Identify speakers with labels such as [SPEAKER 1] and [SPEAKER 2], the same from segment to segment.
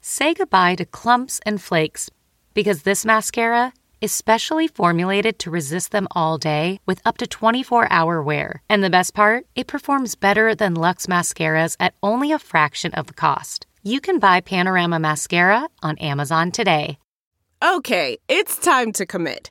[SPEAKER 1] Say goodbye to clumps and flakes because this mascara is specially formulated to resist them all day with up to 24 hour wear. And the best part, it performs better than Luxe mascaras at only a fraction of the cost. You can buy Panorama Mascara on Amazon today.
[SPEAKER 2] Okay, it's time to commit.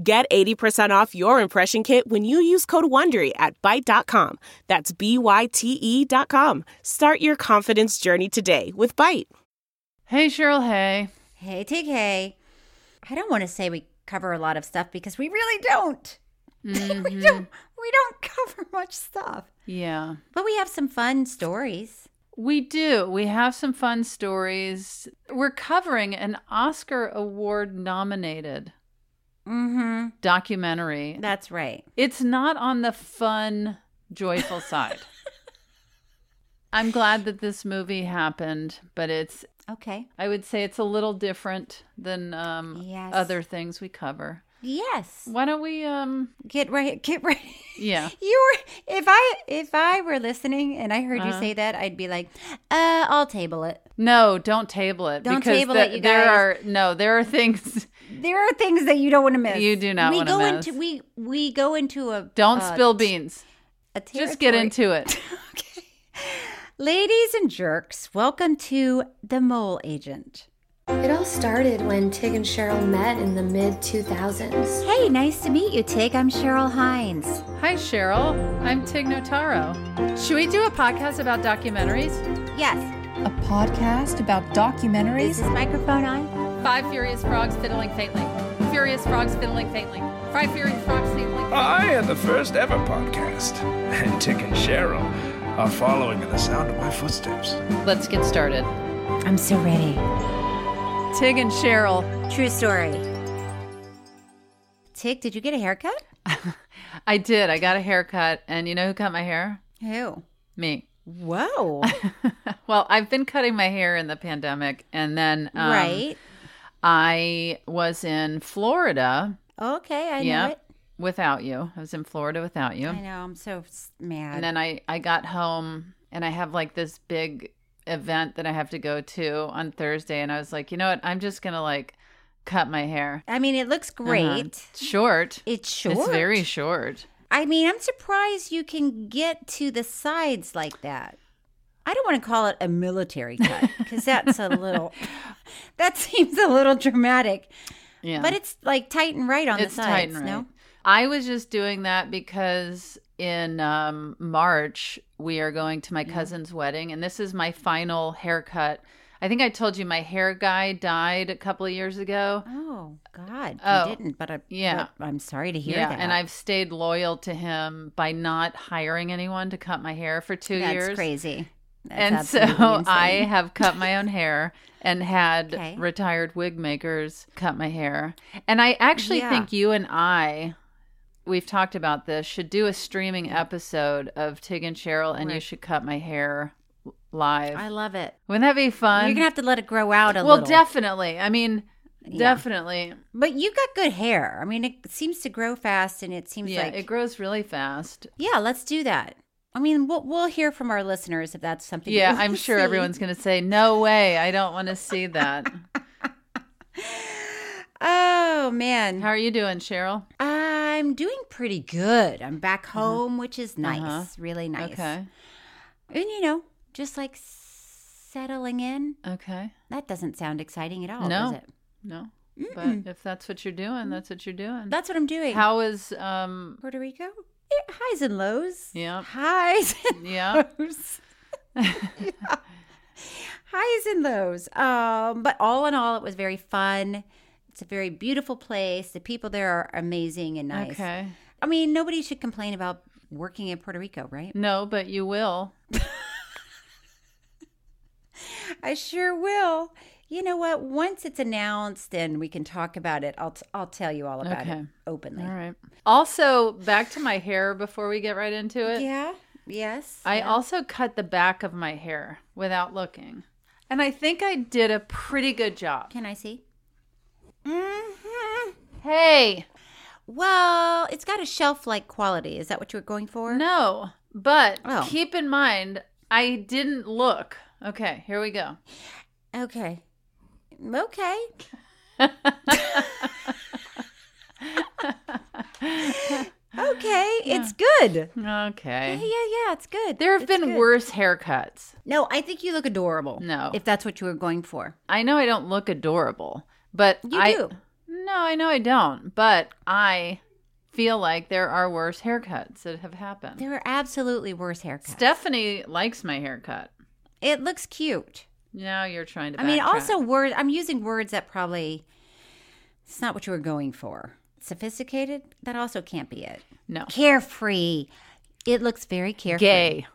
[SPEAKER 2] Get 80% off your impression kit when you use code WONDERY at Byte.com. That's B-Y-T-E E dot com. Start your confidence journey today with Byte.
[SPEAKER 3] Hey, Cheryl. Hey.
[SPEAKER 4] Hey, TK. I don't want to say we cover a lot of stuff because we really don't.
[SPEAKER 3] Mm-hmm.
[SPEAKER 4] we don't. We don't cover much stuff,
[SPEAKER 3] Yeah.
[SPEAKER 4] but we have some fun stories.
[SPEAKER 3] We do. We have some fun stories. We're covering an Oscar Award nominated
[SPEAKER 4] Mm-hmm.
[SPEAKER 3] documentary.
[SPEAKER 4] That's right.
[SPEAKER 3] It's not on the fun, joyful side. I'm glad that this movie happened, but it's,
[SPEAKER 4] Okay.
[SPEAKER 3] I would say it's a little different than um,
[SPEAKER 4] Yes.
[SPEAKER 3] other things we cover.
[SPEAKER 4] Yes.
[SPEAKER 3] Why don't we, um,
[SPEAKER 4] Get right. Get right.
[SPEAKER 3] yeah.
[SPEAKER 4] You were. If I if I were listening and I heard you
[SPEAKER 3] Uh-huh.
[SPEAKER 4] say that, I'd be like, uh, I'll table it.
[SPEAKER 3] No, don't table it.
[SPEAKER 4] Don't
[SPEAKER 3] because
[SPEAKER 4] table
[SPEAKER 3] the-
[SPEAKER 4] it, you
[SPEAKER 3] There
[SPEAKER 4] guys.
[SPEAKER 3] are, no, there are things.
[SPEAKER 4] There are things that you don't want to miss.
[SPEAKER 3] You do not
[SPEAKER 4] We
[SPEAKER 3] wanna
[SPEAKER 4] go
[SPEAKER 3] miss.
[SPEAKER 4] into we we go into a
[SPEAKER 3] Don't
[SPEAKER 4] uh,
[SPEAKER 3] spill beans.
[SPEAKER 4] a
[SPEAKER 3] Just get
[SPEAKER 4] territory.
[SPEAKER 3] into it.
[SPEAKER 4] Ladies and jerks, welcome to the Mole Agent.
[SPEAKER 5] It all started when Tig and Cheryl met in the mid 2000s.
[SPEAKER 4] Hey, nice to meet you, Tig. I'm Cheryl Hines.
[SPEAKER 3] Hi, Cheryl. I'm Tig Notaro. Should we do a podcast about documentaries?
[SPEAKER 4] Yes.
[SPEAKER 6] A podcast about documentaries?
[SPEAKER 4] Is this microphone on?
[SPEAKER 3] Five Furious Frogs Fiddling Faintly. Furious Frogs Fiddling Faintly. Five Furious Frogs Fiddling
[SPEAKER 7] I am the first ever podcast, and Tick and Cheryl are following in the sound of my footsteps.
[SPEAKER 3] Let's get started.
[SPEAKER 4] I'm so ready.
[SPEAKER 3] Tig and Cheryl.
[SPEAKER 4] True story. Tig, did you get a haircut?
[SPEAKER 3] I did. I got a haircut, and you know who cut my hair?
[SPEAKER 4] Who?
[SPEAKER 3] Me.
[SPEAKER 2] Whoa.
[SPEAKER 3] Um, well, I've been cutting my hair in the pandemic, and then um,
[SPEAKER 4] right.
[SPEAKER 3] I was in Florida.
[SPEAKER 4] Okay, I
[SPEAKER 3] yeah,
[SPEAKER 4] know it.
[SPEAKER 3] without you, I was in Florida without you.
[SPEAKER 4] I know. I'm so s- mad.
[SPEAKER 3] and then I I got home and I have like this big event that I have to go to on Thursday and I was like, you know what? I'm just going to like cut my hair.
[SPEAKER 4] I mean, it looks
[SPEAKER 3] Uh-huh.
[SPEAKER 4] great.
[SPEAKER 3] Short.
[SPEAKER 4] It's short.
[SPEAKER 3] It's very short.
[SPEAKER 4] I mean, I'm surprised you can get to the sides like that. I don't want to call it a military cut because that's a little, that seems a little dramatic.
[SPEAKER 3] Yeah.
[SPEAKER 4] But it's like tight and right on
[SPEAKER 3] it's
[SPEAKER 4] the
[SPEAKER 3] tight
[SPEAKER 4] sides.
[SPEAKER 3] and right.
[SPEAKER 4] No,
[SPEAKER 3] I was just doing that because in um, March we are going to my cousin's wedding, and this is my final haircut. I think I told you my hair guy died a couple of years ago.
[SPEAKER 4] oh God,
[SPEAKER 3] Oh,
[SPEAKER 4] you didn't. But I,
[SPEAKER 3] yeah.
[SPEAKER 4] but I'm sorry to hear that.
[SPEAKER 3] and I've stayed loyal to him by not hiring anyone to cut my hair for two
[SPEAKER 4] that's
[SPEAKER 3] years.
[SPEAKER 4] crazy. That's
[SPEAKER 3] and so
[SPEAKER 4] absolutely
[SPEAKER 3] I
[SPEAKER 4] insane.
[SPEAKER 3] have cut my own hair and had
[SPEAKER 4] Okay.
[SPEAKER 3] retired wig makers cut my hair. And I actually
[SPEAKER 4] Yeah.
[SPEAKER 3] think you and I, we've talked about this, should do a streaming episode of Tig and Cheryl, and you
[SPEAKER 4] Right.
[SPEAKER 3] should cut my hair live.
[SPEAKER 4] I love it.
[SPEAKER 3] Wouldn't that be fun?
[SPEAKER 4] You're gonna have to let it grow out a
[SPEAKER 3] well,
[SPEAKER 4] little.
[SPEAKER 3] definitely. I mean,
[SPEAKER 4] Yeah.
[SPEAKER 3] definitely.
[SPEAKER 4] But you got good hair. I mean, it seems to grow fast, and it seems
[SPEAKER 3] Yeah,
[SPEAKER 4] like
[SPEAKER 3] it grows really fast.
[SPEAKER 4] Yeah, let's do that. I mean, we'll, we'll hear from our listeners if that's something. you
[SPEAKER 3] Yeah,
[SPEAKER 4] wanna
[SPEAKER 3] I'm sure
[SPEAKER 4] see.
[SPEAKER 3] everyone's going to say, "No way, I don't want to see that."
[SPEAKER 4] Oh man,
[SPEAKER 3] How are you doing, Cheryl?
[SPEAKER 4] I'm doing pretty good. I'm back home, which is nice, really nice.
[SPEAKER 3] Uh-huh. Okay.
[SPEAKER 4] and you know, just like settling in.
[SPEAKER 3] Okay.
[SPEAKER 4] That doesn't sound exciting at all,
[SPEAKER 3] No.
[SPEAKER 4] does it?
[SPEAKER 3] No. But if that's what you're doing, that's what you're doing.
[SPEAKER 4] Mm. That's what I'm doing.
[SPEAKER 3] How is um
[SPEAKER 4] Puerto Rico? Eh, highs and lows.
[SPEAKER 3] Yep.
[SPEAKER 4] Highs and
[SPEAKER 3] yeah.
[SPEAKER 4] lows. Highs and lows. Um, but all in all, it was very fun. It's a very beautiful place. The people there are amazing and nice.
[SPEAKER 3] Okay.
[SPEAKER 4] I mean, nobody should complain about working in Puerto Rico, right?
[SPEAKER 3] No, but you will.
[SPEAKER 4] I sure will. You know what? Once it's announced and we can talk about it, I'll, t- I'll tell you all about
[SPEAKER 3] Okay.
[SPEAKER 4] it openly.
[SPEAKER 3] All right. Also, back to my hair before we get right into it.
[SPEAKER 4] Yeah. Yes.
[SPEAKER 3] I also cut the back of my hair without looking. And I think I did a pretty good job.
[SPEAKER 4] can I see?
[SPEAKER 3] Hey,
[SPEAKER 4] Well, it's got a shelf like quality. Is that what you were going for?
[SPEAKER 3] no, but
[SPEAKER 4] Oh.
[SPEAKER 3] keep in mind, I didn't look. Okay, here we go.
[SPEAKER 4] Okay. Okay. okay. It's good. Yeah, yeah,
[SPEAKER 3] Okay.
[SPEAKER 4] yeah. It's good.
[SPEAKER 3] There have
[SPEAKER 4] It's
[SPEAKER 3] been
[SPEAKER 4] good.
[SPEAKER 3] worse haircuts.
[SPEAKER 4] No, I think you look adorable.
[SPEAKER 3] No.
[SPEAKER 4] If that's what you were going for.
[SPEAKER 3] I know I don't look adorable, but
[SPEAKER 4] You
[SPEAKER 3] I
[SPEAKER 4] do.
[SPEAKER 3] No, I know I don't, but I feel like there are worse haircuts that have happened.
[SPEAKER 4] There are absolutely worse haircuts.
[SPEAKER 3] Stephanie likes my haircut.
[SPEAKER 4] It looks cute.
[SPEAKER 3] Now you're trying to
[SPEAKER 4] I mean,
[SPEAKER 3] backtrack.
[SPEAKER 4] also words. I'm using words that probably it's not what you were going for. Sophisticated. That also can't be it.
[SPEAKER 3] no.
[SPEAKER 4] Carefree. It looks very carefree.
[SPEAKER 3] gay.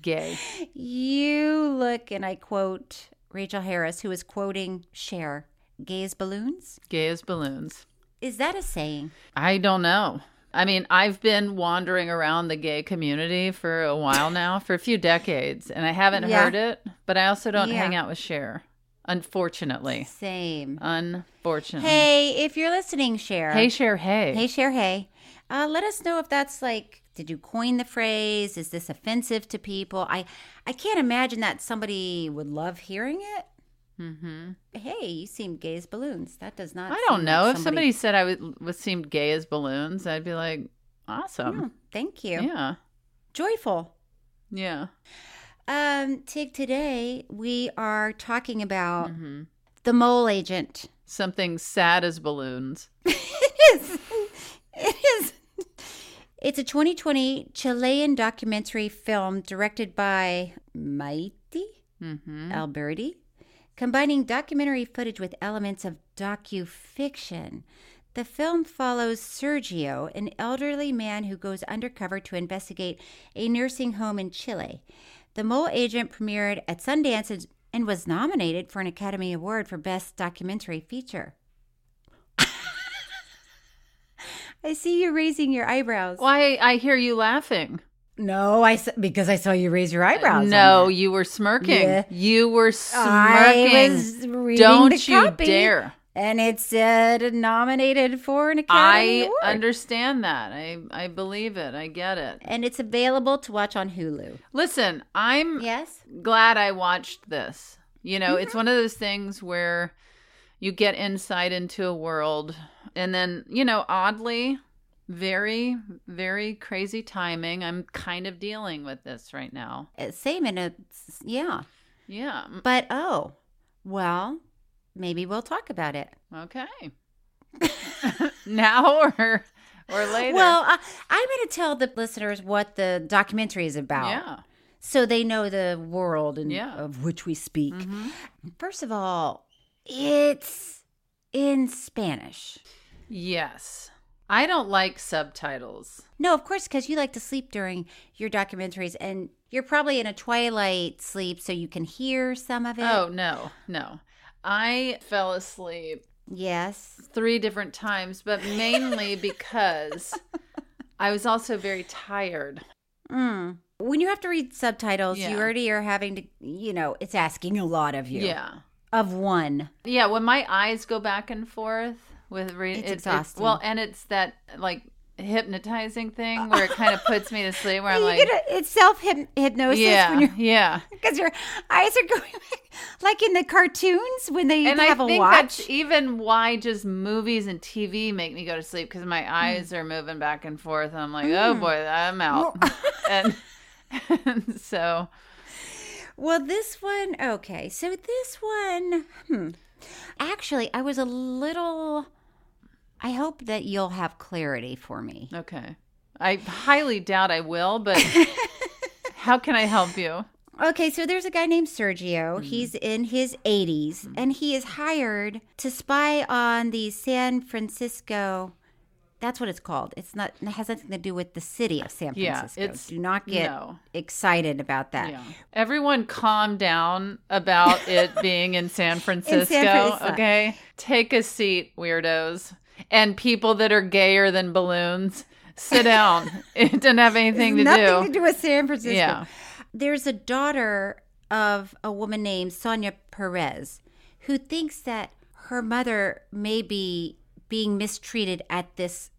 [SPEAKER 3] gay.
[SPEAKER 4] You look, and I quote Rachel Harris, who is quoting Cher, gay as balloons.
[SPEAKER 3] Gay as balloons.
[SPEAKER 4] Is that a saying?
[SPEAKER 3] I don't know. I mean, I've been wandering around the gay community for a while now, for a few decades, and I haven't
[SPEAKER 4] Yeah.
[SPEAKER 3] heard it, but I also don't
[SPEAKER 4] Yeah.
[SPEAKER 3] hang out with Cher, unfortunately.
[SPEAKER 4] Same.
[SPEAKER 3] Unfortunately.
[SPEAKER 4] Hey, if you're listening, Cher.
[SPEAKER 3] Oh, Hey, Cher, hey.
[SPEAKER 4] Hey, Cher. Hey. Uh, let us know if that's like, did you coin the phrase? Is this offensive to people? I, I can't imagine that somebody would love hearing it.
[SPEAKER 3] hmm
[SPEAKER 4] Hey, you seem gay as balloons. That does not.
[SPEAKER 3] I don't
[SPEAKER 4] seem like
[SPEAKER 3] know. If somebody said I would, was seemed gay as balloons, I'd be like,
[SPEAKER 4] Hmm,
[SPEAKER 3] awesome.
[SPEAKER 4] thank you.
[SPEAKER 3] Yeah.
[SPEAKER 4] Joyful.
[SPEAKER 3] Yeah.
[SPEAKER 4] Um, Tig, today we are talking about
[SPEAKER 3] Mhm.
[SPEAKER 4] the mole agent.
[SPEAKER 3] Something sad as balloons.
[SPEAKER 4] It is. It is. It's a 2020 Chilean documentary film directed by Maite
[SPEAKER 3] hmm
[SPEAKER 4] Alberti, combining documentary footage with elements of docufiction. The film follows Sergio, an elderly man who goes undercover to investigate a nursing home in Chile. The Mole Agent premiered at Sundance and- and was nominated for an Academy Award for Best Documentary Feature. I see you raising your eyebrows.
[SPEAKER 3] Why I hear you laughing.
[SPEAKER 4] No, I s- because I saw you raise your eyebrows. on
[SPEAKER 3] Uh, No,
[SPEAKER 4] that.
[SPEAKER 3] you were smirking.
[SPEAKER 4] Yeah.
[SPEAKER 3] You were
[SPEAKER 4] I
[SPEAKER 3] smirking.
[SPEAKER 4] was reading
[SPEAKER 3] Don't
[SPEAKER 4] the
[SPEAKER 3] you
[SPEAKER 4] copy,
[SPEAKER 3] dare.
[SPEAKER 4] And it said nominated for an Academy
[SPEAKER 3] I
[SPEAKER 4] Award.
[SPEAKER 3] understand that. I, I believe it. I get it.
[SPEAKER 4] and it's available to watch on Hulu.
[SPEAKER 3] Listen, I'm
[SPEAKER 4] Yes.
[SPEAKER 3] glad I watched this. You know,
[SPEAKER 4] Mm-hmm.
[SPEAKER 3] it's one of those things where you get insight into a world and then, you know, oddly, very, very crazy timing. I'm kind of dealing with this right now.
[SPEAKER 4] Uh, Same in a yeah.
[SPEAKER 3] Yeah.
[SPEAKER 4] But oh, well, maybe we'll talk about it.
[SPEAKER 3] Okay. now or or later.
[SPEAKER 4] Well, uh, I'm going to tell the listeners what the documentary is about.
[SPEAKER 3] yeah.
[SPEAKER 4] so they know the world and
[SPEAKER 3] Yeah. Mm-hmm.
[SPEAKER 4] of which we speak. First of all, it's in Spanish.
[SPEAKER 3] Yes. I don't like subtitles.
[SPEAKER 4] No, of course, because you like to sleep during your documentaries, and you're probably in a twilight sleep, so you can hear some of it.
[SPEAKER 3] Oh, no. No. I fell asleep
[SPEAKER 4] yes,
[SPEAKER 3] three different times, but mainly because I was also very tired.
[SPEAKER 4] mm. when you have to read subtitles,
[SPEAKER 3] Yeah.
[SPEAKER 4] you already are having to, you know, it's asking a lot of you.
[SPEAKER 3] Yeah.
[SPEAKER 4] of one.
[SPEAKER 3] Yeah, when my eyes go back and forth with re-
[SPEAKER 4] It's
[SPEAKER 3] it- it-
[SPEAKER 4] exhausting.
[SPEAKER 3] well, and it's that like hypnotizing thing where it kind of puts me to sleep where I'm
[SPEAKER 4] You
[SPEAKER 3] like
[SPEAKER 4] get a- it's self hypnosis when
[SPEAKER 3] yeah,
[SPEAKER 4] you're
[SPEAKER 3] yeah.
[SPEAKER 4] because your eyes are going like in the cartoons when they
[SPEAKER 3] and
[SPEAKER 4] have
[SPEAKER 3] I
[SPEAKER 4] a
[SPEAKER 3] think
[SPEAKER 4] watch.
[SPEAKER 3] that's even why just movies and TV make me go to sleep because
[SPEAKER 4] Hmm.
[SPEAKER 3] my eyes are moving back and forth. And I'm like,
[SPEAKER 4] Mm.
[SPEAKER 3] oh boy, I'm out. and, and so,
[SPEAKER 4] Well, this one, okay. So this one, hmm. Actually, I was a little. I hope that you'll have clarity for me.
[SPEAKER 3] Okay. I highly doubt I will, but how can I help you?
[SPEAKER 4] Okay, so there's a guy named Sergio.
[SPEAKER 3] Mm-hmm.
[SPEAKER 4] He's in his 80s and he is hired to spy on the San Francisco. That's what it's called. It's not it has nothing to do with the city of San
[SPEAKER 3] Yeah,
[SPEAKER 4] Francisco.
[SPEAKER 3] it's-
[SPEAKER 4] do not get
[SPEAKER 3] no.
[SPEAKER 4] excited about that.
[SPEAKER 3] Yeah. Everyone calm down about it being in San Francisco.
[SPEAKER 4] Francisco.
[SPEAKER 3] Okay. Take a seat, weirdos. And people that are gayer than balloons, sit down. it doesn't have anything to
[SPEAKER 4] nothing
[SPEAKER 3] do.
[SPEAKER 4] to do with San Francisco.
[SPEAKER 3] Yeah.
[SPEAKER 4] There's a daughter of a woman named Sonia Perez who thinks that her mother may be being mistreated at this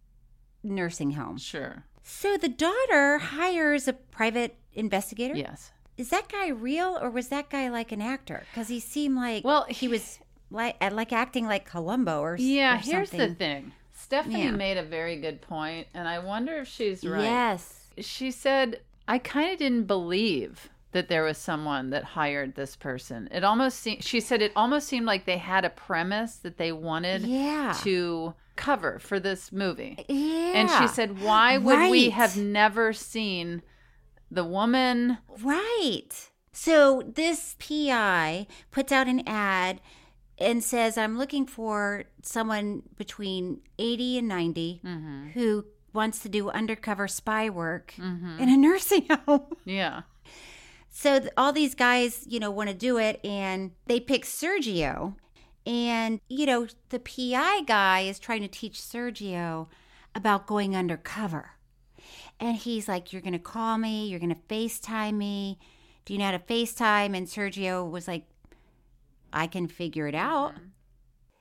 [SPEAKER 4] nursing home.
[SPEAKER 3] Sure.
[SPEAKER 4] So the daughter hires a private investigator.
[SPEAKER 3] Yes.
[SPEAKER 4] Is that guy real or was that guy like an actor? Because he seemed like
[SPEAKER 3] Well,
[SPEAKER 4] he was like uh, like acting like Columbo or s-
[SPEAKER 3] Yeah,
[SPEAKER 4] or
[SPEAKER 3] here's the
[SPEAKER 4] something.
[SPEAKER 3] thing. Stephanie
[SPEAKER 4] Yeah.
[SPEAKER 3] made a very good point, and I wonder if she's right.
[SPEAKER 4] Yes.
[SPEAKER 3] She said, I kind of didn't believe that there was someone that hired this person. It almost seemed, she said, it almost seemed like they had a premise that they wanted
[SPEAKER 4] Yeah.
[SPEAKER 3] to cover for this movie.
[SPEAKER 4] Yeah.
[SPEAKER 3] And she said, Why would we
[SPEAKER 4] Right.
[SPEAKER 3] have never seen the woman?
[SPEAKER 4] Right. So this PI puts out an ad and says, I'm looking for someone between 80 and 90 who wants to do undercover spy work in a nursing home.
[SPEAKER 3] Yeah.
[SPEAKER 4] So th- all these guys, you know, want to do it and they pick Sergio. And, you know, the PI guy is trying to teach Sergio about going undercover. And he's like, You're going to call me. You're going to FaceTime me. Do you know how to FaceTime? And Sergio was like, I can figure it out.
[SPEAKER 3] Mm-hmm.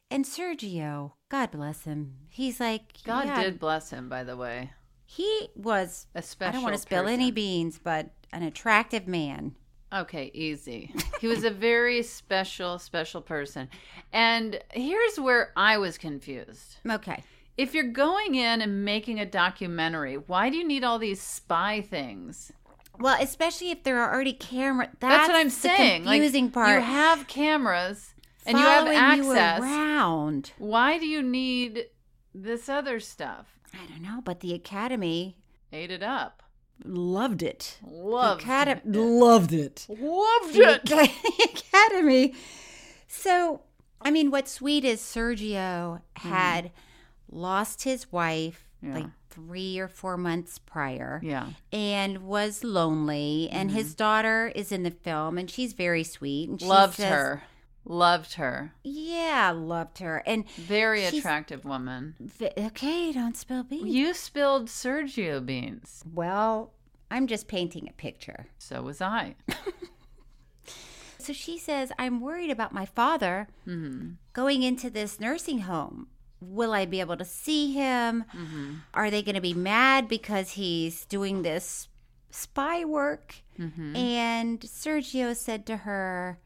[SPEAKER 4] And Sergio, God bless him, he's like,
[SPEAKER 3] God
[SPEAKER 4] "Yeah."
[SPEAKER 3] did bless him, by the way.
[SPEAKER 4] He was,
[SPEAKER 3] A
[SPEAKER 4] I don't want
[SPEAKER 3] special
[SPEAKER 4] to spill any
[SPEAKER 3] person.
[SPEAKER 4] beans, but an attractive man.
[SPEAKER 3] Okay, easy. He was a very special, special person. And here's where I was confused.
[SPEAKER 4] Okay.
[SPEAKER 3] If you're going in and making a documentary, why do you need all these spy things?
[SPEAKER 4] Well, especially if there are already camera.
[SPEAKER 3] That's,
[SPEAKER 4] That's,
[SPEAKER 3] what I'm
[SPEAKER 4] the
[SPEAKER 3] saying. Like,
[SPEAKER 4] Confusing part.
[SPEAKER 3] You have cameras and you have
[SPEAKER 4] Following you
[SPEAKER 3] access.
[SPEAKER 4] around.
[SPEAKER 3] Why do you need this other stuff?
[SPEAKER 4] I don't know, but the Academy
[SPEAKER 3] Ate it up.
[SPEAKER 4] loved it.
[SPEAKER 3] Loved
[SPEAKER 4] the Academy
[SPEAKER 3] it.
[SPEAKER 4] loved it.
[SPEAKER 3] Loved
[SPEAKER 4] The Ac- Academy. So, I mean, what's sweet is Sergio had lost his wife
[SPEAKER 3] Mm-hmm. Yeah.
[SPEAKER 4] like three or four months prior.
[SPEAKER 3] Yeah. Mm-hmm.
[SPEAKER 4] And was lonely, and his daughter is in the film, and she's very sweet. And she
[SPEAKER 3] Loved
[SPEAKER 4] says-
[SPEAKER 3] her. Loved her.
[SPEAKER 4] Yeah, loved her. And
[SPEAKER 3] Very
[SPEAKER 4] She's-
[SPEAKER 3] attractive woman.
[SPEAKER 4] v- okay, don't spill beans.
[SPEAKER 3] You spilled Sergio beans.
[SPEAKER 4] well, I'm just painting a picture.
[SPEAKER 3] So was I.
[SPEAKER 4] So she says, I'm worried about my father going into this nursing home. Will I be able to see him? Are they going to be mad because he's doing this spy work? And Sergio said to her,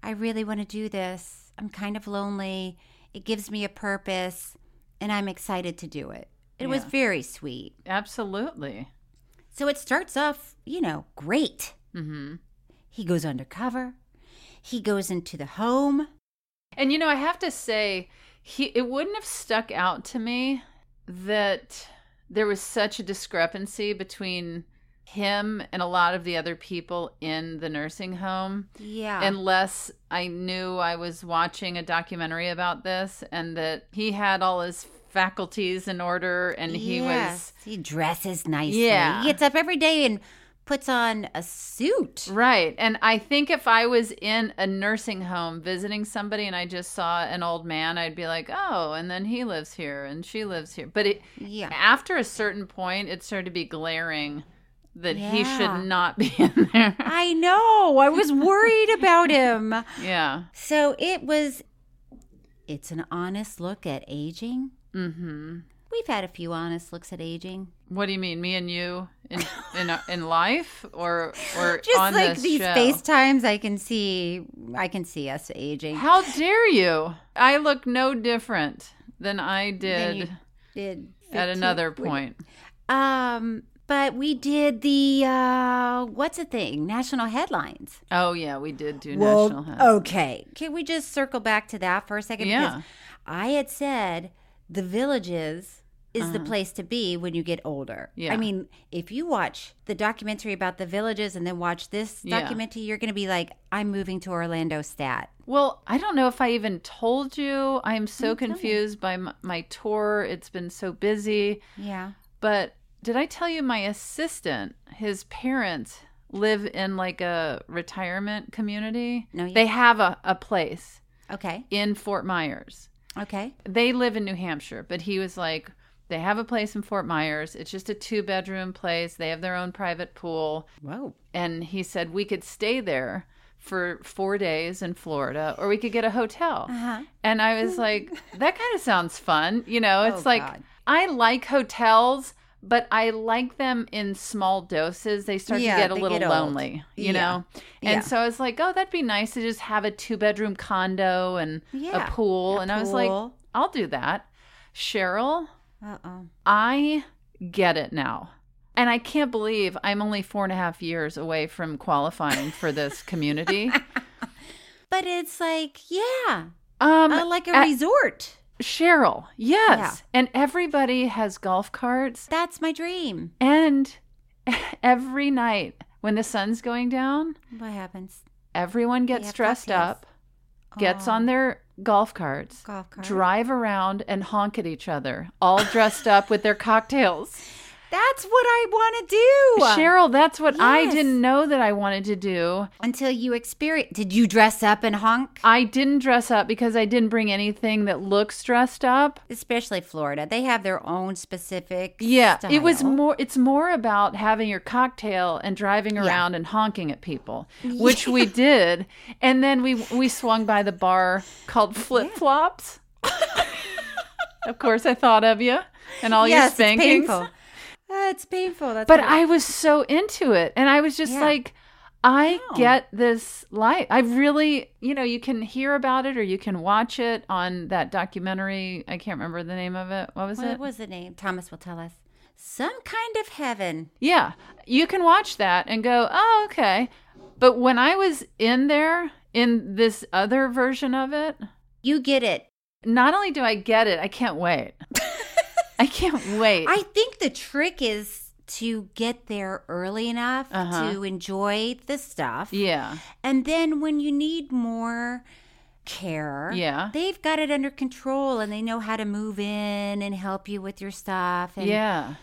[SPEAKER 4] I really want to do this. I'm kind of lonely. It gives me a purpose, and I'm excited to do it. It was
[SPEAKER 3] Yeah.
[SPEAKER 4] very sweet.
[SPEAKER 3] Absolutely.
[SPEAKER 4] So it starts off, you know, great.
[SPEAKER 3] Mm-hmm.
[SPEAKER 4] He goes undercover. He goes into the home.
[SPEAKER 3] And you know, I have to say, he it wouldn't have stuck out to me that there was such a discrepancy between him and a lot of the other people in the nursing home
[SPEAKER 4] Yeah.
[SPEAKER 3] unless I knew I was watching a documentary about this and that he had all his faculties in order and he was
[SPEAKER 4] he dresses nicely.
[SPEAKER 3] Yeah.
[SPEAKER 4] He gets up every day and puts on a suit.
[SPEAKER 3] Right. And I think if I was in a nursing home visiting somebody and I just saw an old man, I'd be like, oh, and then he lives here and she lives here. But it,
[SPEAKER 4] Yeah.
[SPEAKER 3] after a certain point, it started to be glaring that he
[SPEAKER 4] Yeah.
[SPEAKER 3] should not be in there.
[SPEAKER 4] I know. I was worried about him.
[SPEAKER 3] yeah.
[SPEAKER 4] So it was it's an honest look at aging.
[SPEAKER 3] Mm hmm.
[SPEAKER 4] We've had a few honest looks at aging.
[SPEAKER 3] What do you mean, me and you in in, in life or or
[SPEAKER 4] Just
[SPEAKER 3] on
[SPEAKER 4] like
[SPEAKER 3] this
[SPEAKER 4] these
[SPEAKER 3] show?
[SPEAKER 4] FaceTimes I can see I can see us aging.
[SPEAKER 3] How dare you? I look no different than I
[SPEAKER 4] Than
[SPEAKER 3] did
[SPEAKER 4] you did
[SPEAKER 3] at
[SPEAKER 4] 15
[SPEAKER 3] another point.
[SPEAKER 4] Um but we did the uh, what's a thing national headlines.
[SPEAKER 3] Oh yeah, we did do
[SPEAKER 4] Well,
[SPEAKER 3] national. Hunt.
[SPEAKER 4] okay. Can we just circle back to that for a second?
[SPEAKER 3] Yeah.
[SPEAKER 4] Because I had said the villages is the place to be when you get older.
[SPEAKER 3] Uh-huh. Yeah.
[SPEAKER 4] I mean, if you watch the documentary about the villages and then watch this
[SPEAKER 3] Yeah.
[SPEAKER 4] documentary, you're going to be like, I'm moving to Orlando stat.
[SPEAKER 3] Well, I don't know if I even told you. I'm
[SPEAKER 4] Oh,
[SPEAKER 3] so confused by my, my tour. It's been so busy.
[SPEAKER 4] Yeah.
[SPEAKER 3] But did I tell you my assistant, his parents live in like a retirement community?
[SPEAKER 4] No, you-
[SPEAKER 3] They have a, a place
[SPEAKER 4] Okay.
[SPEAKER 3] in Fort Myers.
[SPEAKER 4] Okay.
[SPEAKER 3] They live in New Hampshire, but he was like, they have a place in Fort Myers. It's just a two bedroom place. They have their own private pool.
[SPEAKER 4] Whoa.
[SPEAKER 3] And he said we could stay there for four days in Florida or we could get a hotel.
[SPEAKER 4] Uh-huh.
[SPEAKER 3] And I was like, that kind of sounds fun. You know, it's
[SPEAKER 4] Oh,
[SPEAKER 3] like
[SPEAKER 4] God.
[SPEAKER 3] I like hotels, but I like them in small doses. They start
[SPEAKER 4] Yeah,
[SPEAKER 3] to get a
[SPEAKER 4] they
[SPEAKER 3] little
[SPEAKER 4] get old.
[SPEAKER 3] lonely,
[SPEAKER 4] Yeah.
[SPEAKER 3] you know? And
[SPEAKER 4] Yeah.
[SPEAKER 3] so I was like, oh, that'd be nice to just have a two bedroom condo and
[SPEAKER 4] Yeah,
[SPEAKER 3] a
[SPEAKER 4] a
[SPEAKER 3] pool. and I was like,
[SPEAKER 4] pool.
[SPEAKER 3] I'll do that. Cheryl,
[SPEAKER 4] Uh oh.
[SPEAKER 3] I get it now. And I can't believe I'm only four and a half years away from qualifying for this community.
[SPEAKER 4] But it's like, yeah,
[SPEAKER 3] Um,
[SPEAKER 4] uh, like a
[SPEAKER 3] at-
[SPEAKER 4] resort.
[SPEAKER 3] Cheryl, yes.
[SPEAKER 4] Yeah.
[SPEAKER 3] And everybody has golf carts.
[SPEAKER 4] That's my dream.
[SPEAKER 3] And every night when the sun's going down,
[SPEAKER 4] What happens?
[SPEAKER 3] everyone
[SPEAKER 4] They
[SPEAKER 3] gets
[SPEAKER 4] have
[SPEAKER 3] dressed
[SPEAKER 4] cocktails.
[SPEAKER 3] up, gets
[SPEAKER 4] Oh,
[SPEAKER 3] on their golf carts,
[SPEAKER 4] golf cart.
[SPEAKER 3] drive around, and honk at each other, all dressed up with their cocktails.
[SPEAKER 4] That's what I want to do.
[SPEAKER 3] Cheryl, that's what I
[SPEAKER 4] uh, Yes.
[SPEAKER 3] didn't know that I wanted to do.
[SPEAKER 4] Until you experience, did you dress up and honk?
[SPEAKER 3] I didn't dress up because I didn't bring anything that looks dressed up.
[SPEAKER 4] Especially Florida, they have their own specific.
[SPEAKER 3] Yeah, it was
[SPEAKER 4] style.
[SPEAKER 3] more it's more about having your cocktail and driving around and honking at people, which we did. And then we we swung by the bar called Flip Flops. of course I thought of you and all
[SPEAKER 4] yes,
[SPEAKER 3] your spankings.
[SPEAKER 4] It's painful. Uh, it's painful. That's
[SPEAKER 3] But
[SPEAKER 4] what-
[SPEAKER 3] I was so into it and I was just
[SPEAKER 4] Yeah.
[SPEAKER 3] like I
[SPEAKER 4] Wow.
[SPEAKER 3] get this life. I really, you know, you can hear about it or you can watch it on that documentary. I can't remember the name of it. What was
[SPEAKER 4] what
[SPEAKER 3] it?
[SPEAKER 4] was the name? Thomas will tell us. Some kind of heaven.
[SPEAKER 3] Yeah, you can watch that and go, oh, okay. But when I was in there, in this other version of it,
[SPEAKER 4] You get it.
[SPEAKER 3] not only do I get it, I can't wait. I can't wait.
[SPEAKER 4] I think the trick is to get there early enough
[SPEAKER 3] Uh-huh.
[SPEAKER 4] to enjoy the stuff.
[SPEAKER 3] yeah.
[SPEAKER 4] And then when you need more care,
[SPEAKER 3] Yeah.
[SPEAKER 4] they've got it under control and they know how to move in and help you with your stuff. And
[SPEAKER 3] Yeah.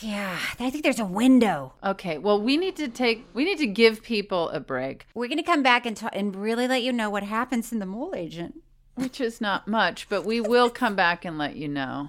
[SPEAKER 4] yeah, I think there's a window.
[SPEAKER 3] Okay. Well, we need to take, we need to give people a break,
[SPEAKER 4] We're gonna come back and ta- and really let you know what happens in the mole agent.
[SPEAKER 3] which is not much, but we will come back and let you know.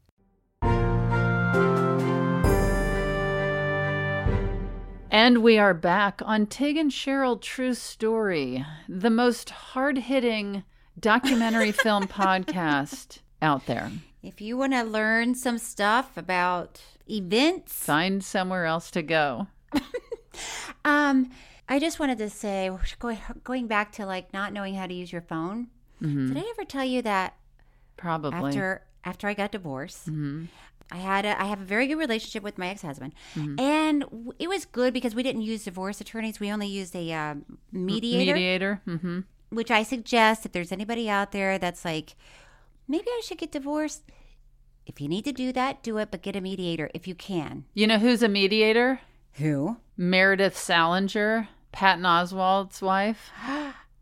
[SPEAKER 3] And we are back on Tig and Cheryl True Story, the most hard hitting documentary film podcast out there.
[SPEAKER 4] If you want to learn some stuff about events.
[SPEAKER 3] Find somewhere else to go.
[SPEAKER 4] Um, I just wanted to say, go- going back to like not knowing how to use your phone. Did I ever tell you that
[SPEAKER 3] Probably.
[SPEAKER 4] after after I got divorced? I had a, I have a very good relationship with my ex husband, and w- it was good because we didn't use divorce attorneys. We only used a uh, mediator,
[SPEAKER 3] Mediator. Mm-hmm.
[SPEAKER 4] which I suggest if there's anybody out there that's like, maybe I should get divorced. If you need to do that, do it, but get a mediator if you can.
[SPEAKER 3] You know who's a mediator?
[SPEAKER 4] Who?
[SPEAKER 3] Meredith Salinger, Patton Oswald's wife.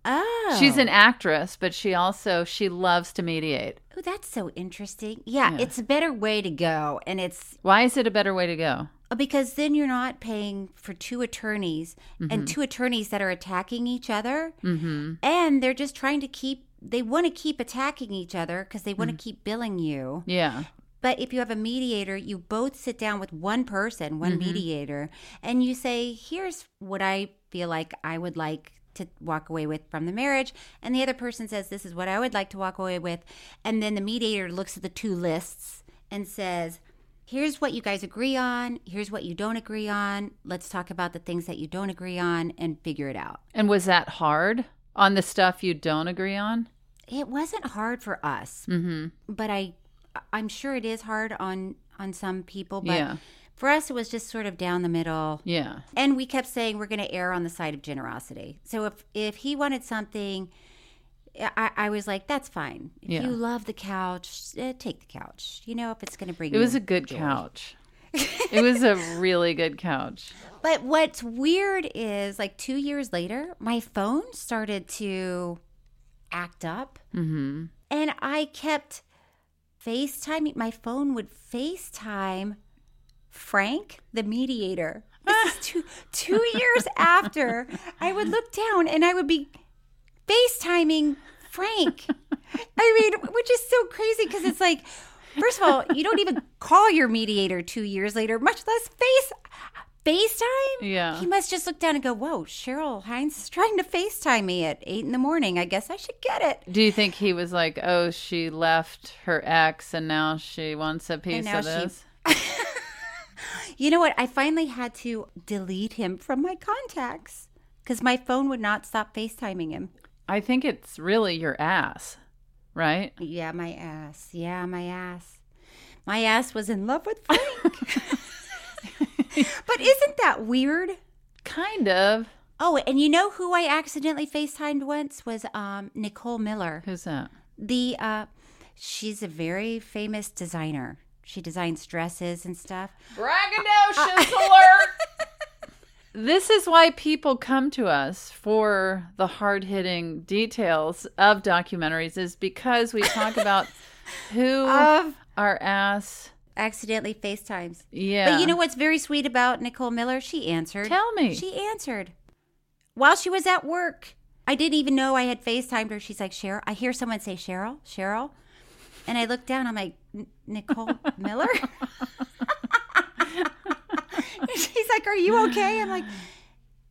[SPEAKER 4] Oh,
[SPEAKER 3] She's an actress, but she also she loves to mediate.
[SPEAKER 4] Oh, that's so interesting. Yeah,
[SPEAKER 3] Yeah.
[SPEAKER 4] it's a better way to go. And it's
[SPEAKER 3] Why is it a better way to go?
[SPEAKER 4] because then you're not paying for two attorneys and two attorneys that are attacking each other.
[SPEAKER 3] Mm-hmm.
[SPEAKER 4] And they're just trying to keep, they want to keep attacking each other because they want to keep billing you.
[SPEAKER 3] Yeah.
[SPEAKER 4] But if you have a mediator, you both sit down with one person, one mediator, and you say, here's what I feel like I would like to walk away with from the marriage. And the other person says, this is what I would like to walk away with. And then the mediator looks at the two lists and says, here's what you guys agree on, here's what you don't agree on. Let's talk about the things that you don't agree on and figure it out.
[SPEAKER 3] And was that hard on the stuff you don't agree on?
[SPEAKER 4] It wasn't hard for us,
[SPEAKER 3] Mm-hmm.
[SPEAKER 4] but I I'm sure it is hard on on some people, but
[SPEAKER 3] Yeah.
[SPEAKER 4] for us it was just sort of down the middle.
[SPEAKER 3] Yeah.
[SPEAKER 4] And we kept saying we're going to err on the side of generosity. So if if he wanted something I, I was like, that's fine. If
[SPEAKER 3] Yeah.
[SPEAKER 4] you love the couch, eh, take the couch. You know, if it's going to bring
[SPEAKER 3] It was
[SPEAKER 4] you
[SPEAKER 3] a good
[SPEAKER 4] joy.
[SPEAKER 3] couch. it was a really good couch.
[SPEAKER 4] But what's weird is like two years later, my phone started to act up.
[SPEAKER 3] Mm-hmm.
[SPEAKER 4] And I kept FaceTiming. My phone would FaceTime Frank, the mediator. This is two, two years after. I would look down and I would be FaceTiming Frank. I mean, which is so crazy because it's like, first of all, you don't even call your mediator two years later, much less Face FaceTime.
[SPEAKER 3] Yeah.
[SPEAKER 4] He must just look down and go, "Whoa, Cheryl Hines is trying to FaceTime me at eight in the morning. I guess I should get it."
[SPEAKER 3] Do you think he was like, oh, she left her ex and now she wants a piece
[SPEAKER 4] now
[SPEAKER 3] of
[SPEAKER 4] she-
[SPEAKER 3] this?
[SPEAKER 4] You know what? I finally had to delete him from my contacts because my phone would not stop FaceTiming him.
[SPEAKER 3] I think it's really your ass, right?
[SPEAKER 4] Yeah, my ass. Yeah, my ass. My ass was in love with Frank. but isn't that weird?
[SPEAKER 3] Kind of.
[SPEAKER 4] Oh, and you know who I accidentally FaceTimed once was um, Nicole Miller.
[SPEAKER 3] Who's that?
[SPEAKER 4] The uh, she's a very famous designer. She designs dresses and stuff.
[SPEAKER 3] Braggadocious alert! This is why people come to us for the hard hitting details of documentaries, is because we talk about who
[SPEAKER 4] Of
[SPEAKER 3] our ass.
[SPEAKER 4] accidentally FaceTimes.
[SPEAKER 3] Yeah.
[SPEAKER 4] But you know what's very sweet about Nicole Miller? She answered.
[SPEAKER 3] Tell me.
[SPEAKER 4] She answered while she was at work. I didn't even know I had FaceTimed her. She's like, Cheryl. I hear someone say, Cheryl, Cheryl. And I look down, I'm like, "N- Nicole Miller? And She's like, Are you okay? I'm like,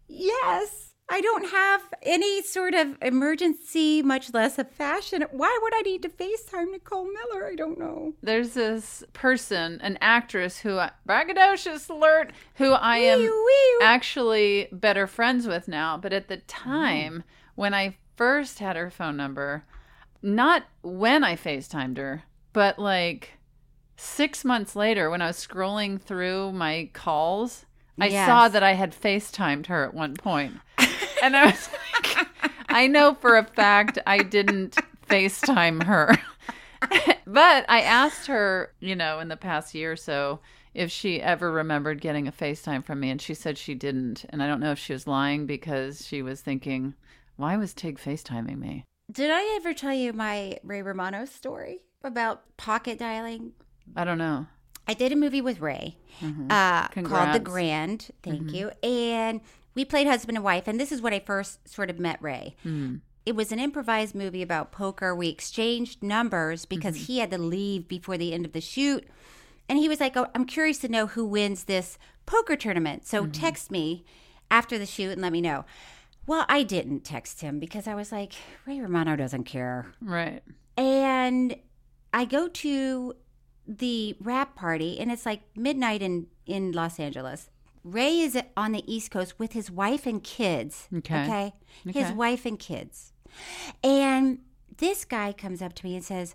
[SPEAKER 4] Yes. I don't have any sort of emergency, much less a fashion. Why would I need to FaceTime Nicole Miller? I don't know.
[SPEAKER 3] There's this person, an actress who, I, braggadocious alert, who I am
[SPEAKER 4] Wee, wee.
[SPEAKER 3] actually better friends with now. But at the
[SPEAKER 4] Mm.
[SPEAKER 3] time when I first had her phone number, not when I FaceTimed her, but like six months later when I was scrolling through my calls, I
[SPEAKER 4] Yes.
[SPEAKER 3] saw that I had FaceTimed her at one point. and I was like, I know for a fact I didn't FaceTime her. but I asked her, you know, in the past year or so, if she ever remembered getting a FaceTime from me, and she said she didn't. And I don't know if she was lying because she was thinking, why was Tig FaceTiming me?
[SPEAKER 4] Did I ever tell you my Ray Romano story about pocket dialing?
[SPEAKER 3] I don't know.
[SPEAKER 4] I did a movie with Ray uh, called The
[SPEAKER 3] Congrats.
[SPEAKER 4] Grand. Thank you. And we played husband and wife. And this is when I first sort of met Ray. It was an improvised movie about poker. We exchanged numbers because he had to leave before the end of the shoot. And he was like, oh, I'm curious to know who wins this poker tournament. So text me after the shoot and let me know. Well, I didn't text him because I was like, Ray Romano doesn't care.
[SPEAKER 3] Right.
[SPEAKER 4] And I go to the rap party, and it's like midnight in in Los Angeles. Ray is on the East Coast with his wife and kids.
[SPEAKER 3] Okay.
[SPEAKER 4] Okay. His
[SPEAKER 3] Okay.
[SPEAKER 4] wife and kids. And this guy comes up to me and says,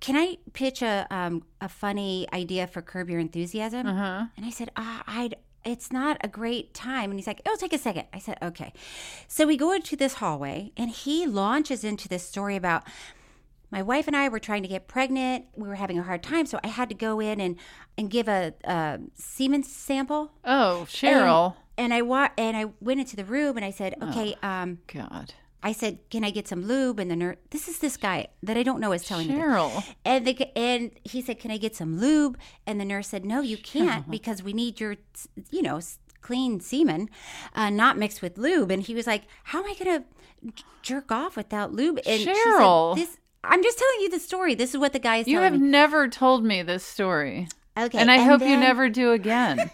[SPEAKER 4] "Can I pitch a um, a funny idea for Curb Your Enthusiasm?" Uh-huh. And I said, Ah, "I it's not a great time." And he's like, "It'll take a second. I said, "Okay." So we go into this hallway, and he launches into this story about my wife and I were trying to get pregnant. We were having a hard time, so I had to go in and and give a, a semen sample.
[SPEAKER 3] Oh, Cheryl.
[SPEAKER 4] And, and I wa- and I went into the room and I said, "Okay, um,
[SPEAKER 3] God.
[SPEAKER 4] I said, can I get some lube?" And the nurse, this is this guy that I don't know is telling me. this.
[SPEAKER 3] Cheryl.
[SPEAKER 4] And the g- and he said, "Can I get some lube?" And the nurse said, "No, you
[SPEAKER 3] Uh-huh.
[SPEAKER 4] can't because we need your, s- you know, s- clean semen, uh, not mixed with lube." And he was like, "How am I gonna j- jerk off without lube?" And she's like,
[SPEAKER 3] Cheryl.
[SPEAKER 4] "This." I'm just telling you the story. This is what the guy is
[SPEAKER 3] You
[SPEAKER 4] telling
[SPEAKER 3] have
[SPEAKER 4] me.
[SPEAKER 3] never told me this story.
[SPEAKER 4] Okay,
[SPEAKER 3] and I hope you
[SPEAKER 4] then-
[SPEAKER 3] never do again.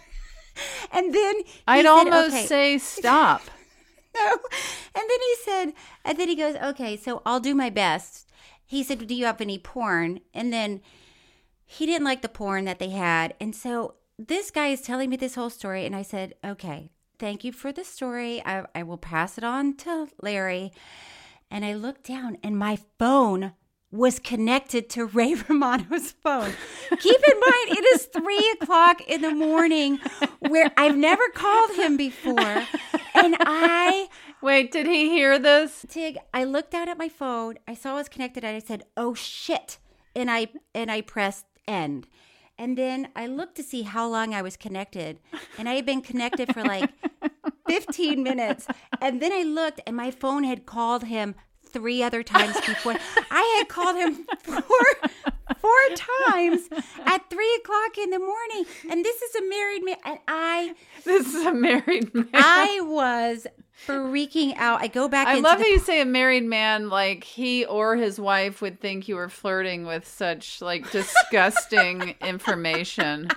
[SPEAKER 4] And then he
[SPEAKER 3] I'd
[SPEAKER 4] said,
[SPEAKER 3] almost
[SPEAKER 4] "Okay."
[SPEAKER 3] say stop.
[SPEAKER 4] no. And then he said, and then he goes, okay, so I'll do my best. He said, do you have any porn? And then he didn't like the porn that they had. And so this guy is telling me this whole story. And I said, okay, thank you for the story. I, I will pass it on to Larry. And I looked down and my phone was connected to Ray Romano's phone. Keep in mind, it is three o'clock in the morning where I've never called him before. And I,
[SPEAKER 3] Wait, did he hear this?
[SPEAKER 4] Tig, I looked down at my phone. I saw it was connected and I said, oh shit. And I, and I pressed end. And then I looked to see how long I was connected. And I had been connected for like 15 minutes. And then I looked, and my phone had called him three other times before. I had called him four, four times at three o'clock in the morning. And this is a married man. And I,
[SPEAKER 3] This is a married man.
[SPEAKER 4] I was freaking out. I go back.
[SPEAKER 3] I
[SPEAKER 4] into
[SPEAKER 3] love
[SPEAKER 4] the
[SPEAKER 3] how you say a married man like he or his wife would think you were flirting with such like disgusting information.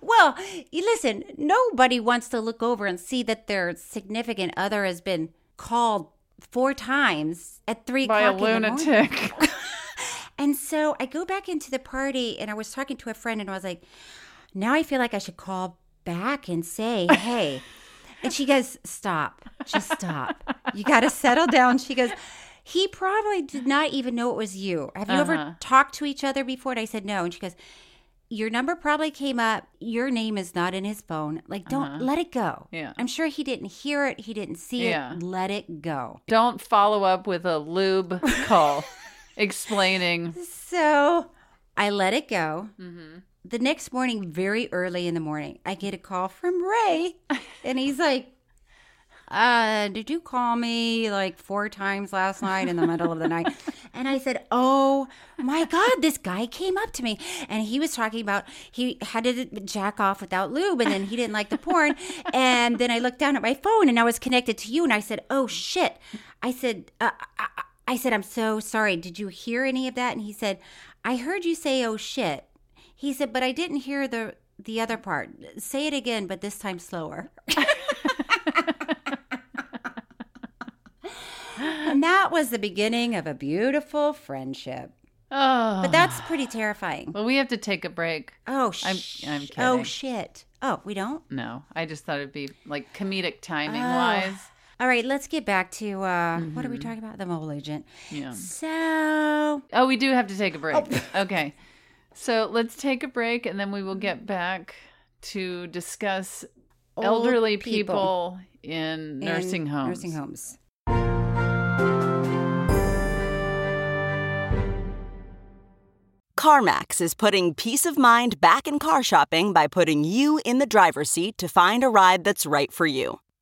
[SPEAKER 4] Well, y- listen, nobody wants to look over and see that their significant other has been called four times at three
[SPEAKER 3] By a
[SPEAKER 4] o'clock in the morning.
[SPEAKER 3] lunatic.
[SPEAKER 4] And so I go back into the party and I was talking to a friend and I was like, now I feel like I should call back and say, hey. and she goes, stop, just stop. You got to settle down. She goes, he probably did not even know it was you. Have you
[SPEAKER 3] Uh-huh.
[SPEAKER 4] ever talked to each other before? And I said, no. And she goes, your number probably came up. Your name is not in his phone. Like, don't let it go.
[SPEAKER 3] Uh-huh. Yeah.
[SPEAKER 4] I'm sure he didn't hear it. He didn't see
[SPEAKER 3] Yeah.
[SPEAKER 4] it. Let it go.
[SPEAKER 3] Don't follow up with a lube call explaining.
[SPEAKER 4] So I let it go. The next morning, very early in the morning, I get a call from Ray, and he's like, uh, did you call me like four times last night in the middle of the night? And I said, Oh my God, this guy came up to me and he was talking about he had to jack off without lube and then he didn't like the porn. And then I looked down at my phone and I was connected to you and I said, Oh shit. I said, uh, I, I- I said, I'm so sorry. Did you hear any of that? And he said, I heard you say, Oh shit. He said, But I didn't hear the, the other part. Say it again, but this time slower. And that was the beginning of a beautiful friendship.
[SPEAKER 3] Oh.
[SPEAKER 4] But that's pretty terrifying.
[SPEAKER 3] Well, we have to take a break.
[SPEAKER 4] Oh,
[SPEAKER 3] I'm-
[SPEAKER 4] sh-
[SPEAKER 3] I'm
[SPEAKER 4] Oh,
[SPEAKER 3] kidding.
[SPEAKER 4] shit. Oh, we don't?
[SPEAKER 3] No, I just thought it'd be like comedic timing
[SPEAKER 4] Oh.
[SPEAKER 3] wise. Mm-hmm.
[SPEAKER 4] All right, let's get back to uh, what are we talking about? The mole agent.
[SPEAKER 3] Yeah.
[SPEAKER 4] So,
[SPEAKER 3] Oh, we do have to take a break.
[SPEAKER 4] Oh.
[SPEAKER 3] Okay. So let's take a break and then we will get back to discuss
[SPEAKER 4] Old
[SPEAKER 3] elderly
[SPEAKER 4] people.
[SPEAKER 3] people, in
[SPEAKER 4] in
[SPEAKER 3] nursing homes.
[SPEAKER 4] Nursing homes.
[SPEAKER 8] CarMax is putting peace of mind back in car shopping by putting you in the driver's seat to find a ride that's right for you.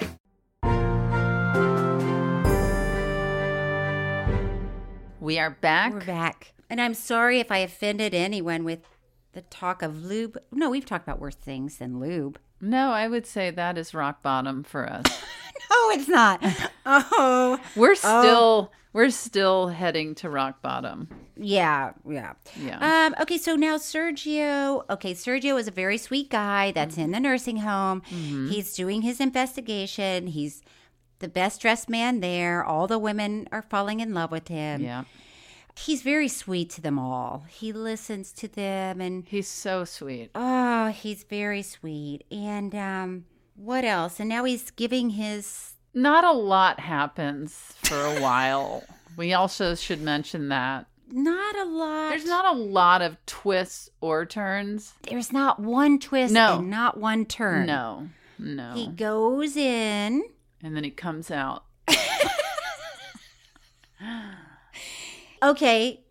[SPEAKER 3] We are back.
[SPEAKER 4] We're back. And I'm sorry if I offended anyone with the talk of lube. No, we've talked about worse things than lube.
[SPEAKER 3] No, I would say that is rock bottom for us.
[SPEAKER 4] no, it's not. Oh,
[SPEAKER 3] we're still we're still heading to rock bottom.
[SPEAKER 4] Yeah, yeah.
[SPEAKER 3] Yeah.
[SPEAKER 4] Um, okay, so now Sergio. Okay, Sergio is a very sweet guy that's in the nursing home.
[SPEAKER 3] Mm-hmm.
[SPEAKER 4] He's doing his investigation. He's the best dressed man there. All the women are falling in love with him.
[SPEAKER 3] Yeah.
[SPEAKER 4] He's very sweet to them all. He listens to them and
[SPEAKER 3] He's so sweet.
[SPEAKER 4] Oh, he's very sweet. And um, what else? And now he's giving his.
[SPEAKER 3] Not a lot happens for a while. we also should mention that.
[SPEAKER 4] Not a lot.
[SPEAKER 3] There's not a lot of twists or turns.
[SPEAKER 4] There's not one twist
[SPEAKER 3] No.
[SPEAKER 4] and not one turn.
[SPEAKER 3] No. No.
[SPEAKER 4] He goes in.
[SPEAKER 3] and then he comes out.
[SPEAKER 4] Okay,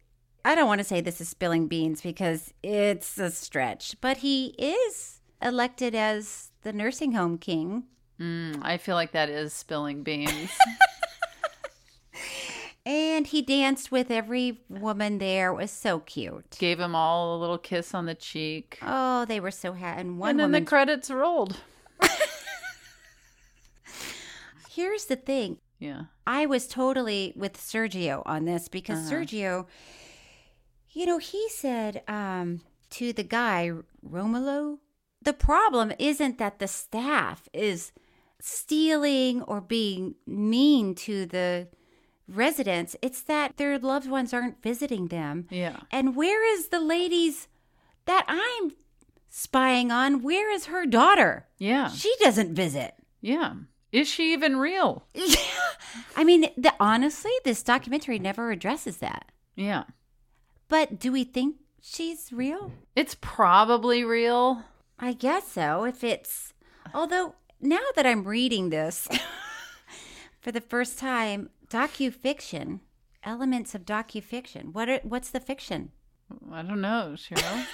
[SPEAKER 4] I don't want to say this is spilling beans because it's a stretch, but he is elected as the nursing home king.
[SPEAKER 3] Mm, I feel like that is spilling beans.
[SPEAKER 4] And he danced with every woman there. It was so cute.
[SPEAKER 3] Gave him all a little kiss on the cheek.
[SPEAKER 4] Oh, they were so happy. And one
[SPEAKER 3] and then
[SPEAKER 4] woman
[SPEAKER 3] the credits rolled.
[SPEAKER 4] Here's the thing.
[SPEAKER 3] Yeah.
[SPEAKER 4] I was totally with Sergio on this because Sergio, you know, he said um, to the guy, Romolo, the problem isn't that the staff is stealing or being mean to the residents, it's that their loved ones aren't visiting them.
[SPEAKER 3] Yeah.
[SPEAKER 4] And where is the ladies that I'm spying on? Where is her daughter?
[SPEAKER 3] Yeah.
[SPEAKER 4] She doesn't visit.
[SPEAKER 3] Yeah. Is she even real?
[SPEAKER 4] I mean, the, honestly, this documentary never addresses that.
[SPEAKER 3] Yeah.
[SPEAKER 4] But do we think she's real?
[SPEAKER 3] It's probably real.
[SPEAKER 4] I guess so. If it's, although now that I'm reading this for the first time, docufiction, elements of docufiction. What are what's the fiction?
[SPEAKER 3] I don't know, Cheryl.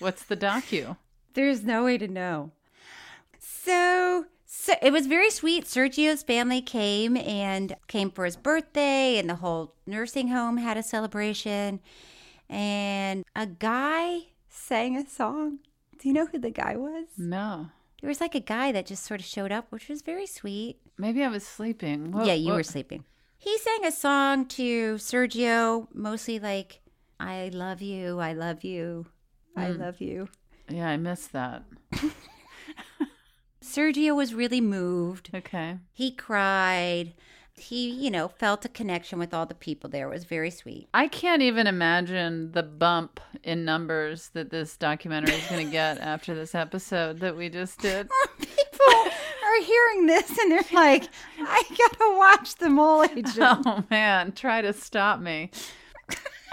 [SPEAKER 3] What's the docu?
[SPEAKER 4] There's no way to know. So, so it was very sweet. Sergio's family came and came for his birthday, and the whole nursing home had a celebration. And a guy sang a song. Do you know who the guy was?
[SPEAKER 3] No.
[SPEAKER 4] There was like a guy that just sort of showed up, which was very sweet.
[SPEAKER 3] Maybe I was sleeping. What-
[SPEAKER 4] yeah, you were
[SPEAKER 3] what-
[SPEAKER 4] sleeping. He sang a song to Sergio, mostly like, I love you, I love you, I love you.
[SPEAKER 3] Yeah, I missed that.
[SPEAKER 4] Sergio was really moved.
[SPEAKER 3] Okay.
[SPEAKER 4] He cried. He, you know, felt a connection with all the people there. It was very sweet.
[SPEAKER 3] I can't even imagine the bump in numbers that this documentary is going to get after this episode that we just did.
[SPEAKER 4] People are hearing this and they're like, I gotta watch the mole agent.
[SPEAKER 3] Oh man, try to stop me.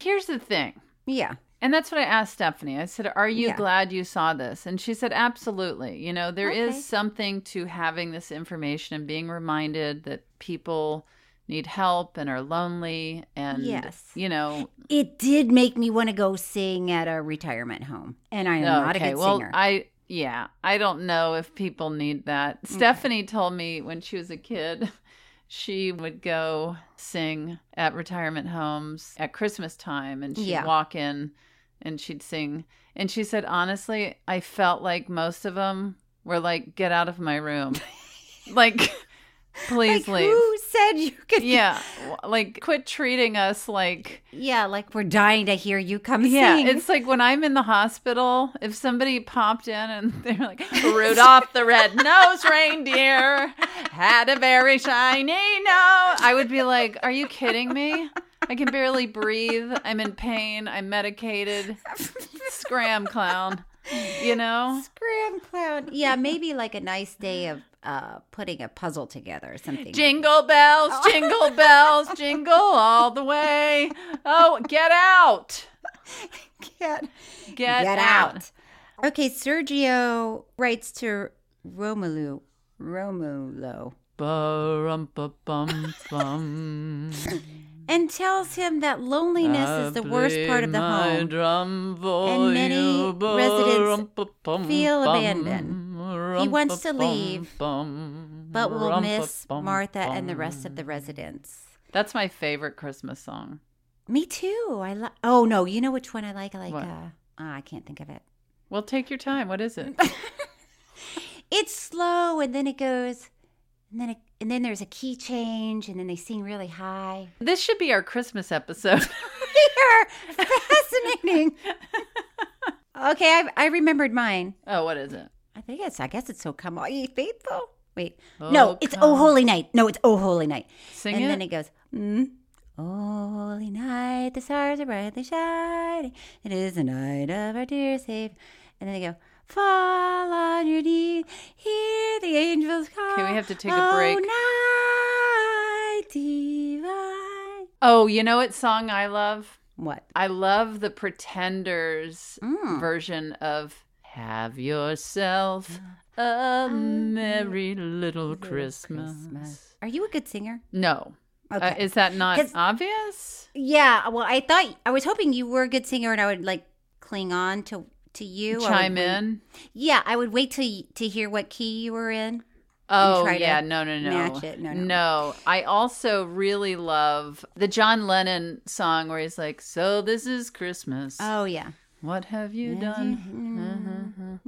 [SPEAKER 3] Here's the thing.
[SPEAKER 4] Yeah.
[SPEAKER 3] And that's what I asked Stephanie. I said, Are you
[SPEAKER 4] Yeah.
[SPEAKER 3] glad you saw this? And she said, Absolutely. You know, there is
[SPEAKER 4] Okay.
[SPEAKER 3] something to having this information and being reminded that people need help and are lonely. And,
[SPEAKER 4] Yes.
[SPEAKER 3] you know,
[SPEAKER 4] It did make me want to go sing at a retirement home. And Oh, I am not a good
[SPEAKER 3] well,
[SPEAKER 4] singer.
[SPEAKER 3] I, yeah, I don't know if people need that. Stephanie told me when she was a kid, she would go sing at retirement homes at Christmas time and she'd
[SPEAKER 4] Yeah.
[SPEAKER 3] walk in and she'd sing. And she said, honestly, I felt like most of them were like, get out of my room. like, please
[SPEAKER 4] like,
[SPEAKER 3] leave.
[SPEAKER 4] Who said you could?
[SPEAKER 3] Yeah. w- Like, quit treating us like
[SPEAKER 4] Yeah, like we're dying to hear you come
[SPEAKER 3] yeah,
[SPEAKER 4] sing.
[SPEAKER 3] it's like when I'm in the hospital, if somebody popped in and they're like, Rudolph the red-nosed reindeer had a very shiny nose, I would be like, are you kidding me? I can barely breathe. I'm in pain. I'm medicated. Scram clown. You know?
[SPEAKER 4] Scram clown. Yeah, maybe like a nice day of uh, putting a puzzle together or something.
[SPEAKER 3] Jingle bells, jingle bells, jingle all the way. Oh, get out.
[SPEAKER 4] Get,
[SPEAKER 3] Get,
[SPEAKER 4] out. Okay, Sergio writes to Romelu. Romulo.
[SPEAKER 3] Ba-rum-ba-bum-bum.
[SPEAKER 4] and tells him that loneliness is the worst part of the home. and many residents feel abandoned. He wants to leave, but will miss Martha and the rest of the residents.
[SPEAKER 3] That's my favorite Christmas song.
[SPEAKER 4] Me too. I like. Oh no, you know which one I like? I like.
[SPEAKER 3] What?
[SPEAKER 4] Uh, ah, I can't think of it.
[SPEAKER 3] Well, take your time. What is it?
[SPEAKER 4] It's slow, and then it goes, and then it, and then there's a key change, and then they sing really high.
[SPEAKER 3] this should be our Christmas episode.
[SPEAKER 4] Here, fascinating. okay, I, I remembered mine.
[SPEAKER 3] oh, what is it?
[SPEAKER 4] I think it's. I guess it's so come all ye faithful. Wait,
[SPEAKER 3] Oh,
[SPEAKER 4] no, it's
[SPEAKER 3] come.
[SPEAKER 4] Oh Holy Night. No, it's Oh Holy Night.
[SPEAKER 3] Sing
[SPEAKER 4] and
[SPEAKER 3] it.
[SPEAKER 4] then it goes, mm, Oh Holy Night, the stars are brightly shining. It is the night of our dear Savior. And then they go, Fall on your knees, hear the angels call.
[SPEAKER 3] Okay, we have to take a break.
[SPEAKER 4] Oh night divine.
[SPEAKER 3] oh, you know what song I love?
[SPEAKER 4] What?
[SPEAKER 3] I love the Pretenders
[SPEAKER 4] Mm.
[SPEAKER 3] version of "Have Yourself
[SPEAKER 4] Uh,
[SPEAKER 3] a Merry Little Christmas."
[SPEAKER 4] Are you a good singer?
[SPEAKER 3] No, Uh,
[SPEAKER 4] Okay.
[SPEAKER 3] is that not
[SPEAKER 4] 'Cause-
[SPEAKER 3] obvious?
[SPEAKER 4] Yeah, well, I thought I was hoping you were a good singer, and I would like cling on to to you. I would
[SPEAKER 3] Chime
[SPEAKER 4] wait-
[SPEAKER 3] in.
[SPEAKER 4] Yeah, I would wait till y- to hear what key you were in.
[SPEAKER 3] Oh
[SPEAKER 4] try to
[SPEAKER 3] yeah, no, no, no,
[SPEAKER 4] match it. No, no.
[SPEAKER 3] I also really love the John Lennon song where he's like, "So this is Christmas.
[SPEAKER 4] Oh yeah.
[SPEAKER 3] What have you
[SPEAKER 4] Yeah,
[SPEAKER 3] done?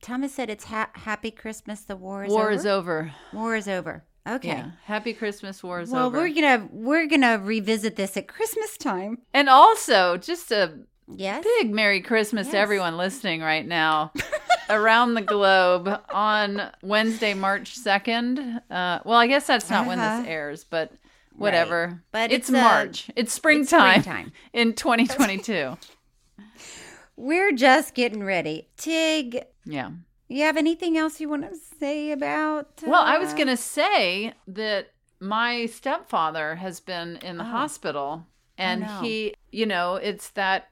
[SPEAKER 4] Thomas said it's ha- happy Christmas. The war is
[SPEAKER 3] War
[SPEAKER 4] over.
[SPEAKER 3] is over.
[SPEAKER 4] War is over. Okay.
[SPEAKER 3] Yeah. Happy Christmas. War is
[SPEAKER 4] Well,
[SPEAKER 3] over.
[SPEAKER 4] we're gonna we're gonna revisit this at Christmas time.
[SPEAKER 3] and also just a
[SPEAKER 4] Yes.
[SPEAKER 3] big Merry Christmas to
[SPEAKER 4] Yes.
[SPEAKER 3] everyone listening right now around the globe on Wednesday, March 2nd. Uh, well, I guess that's not when
[SPEAKER 4] Uh-huh.
[SPEAKER 3] this airs, but whatever.
[SPEAKER 4] But it's,
[SPEAKER 3] it's,
[SPEAKER 4] uh,
[SPEAKER 3] March. It's springtime,
[SPEAKER 4] springtime.
[SPEAKER 3] in 2022.
[SPEAKER 4] We're just getting ready. Tig,
[SPEAKER 3] yeah.
[SPEAKER 4] you have anything else you want to say about?
[SPEAKER 3] Well, I was
[SPEAKER 4] uh,
[SPEAKER 3] going to say that my stepfather has been in the
[SPEAKER 4] Oh.
[SPEAKER 3] hospital and
[SPEAKER 4] no.
[SPEAKER 3] he, you know, it's that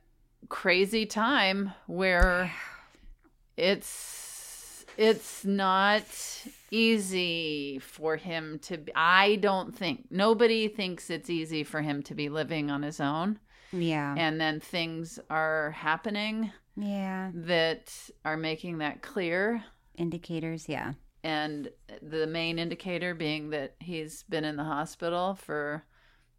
[SPEAKER 3] crazy time where it's it's not easy for him to be, I don't think nobody thinks it's easy for him to be living on his own
[SPEAKER 4] uh, Yeah.
[SPEAKER 3] and then things are happening
[SPEAKER 4] yeah.
[SPEAKER 3] that are making that clear
[SPEAKER 4] Indicators. Yeah.
[SPEAKER 3] and the main indicator being that he's been in the hospital for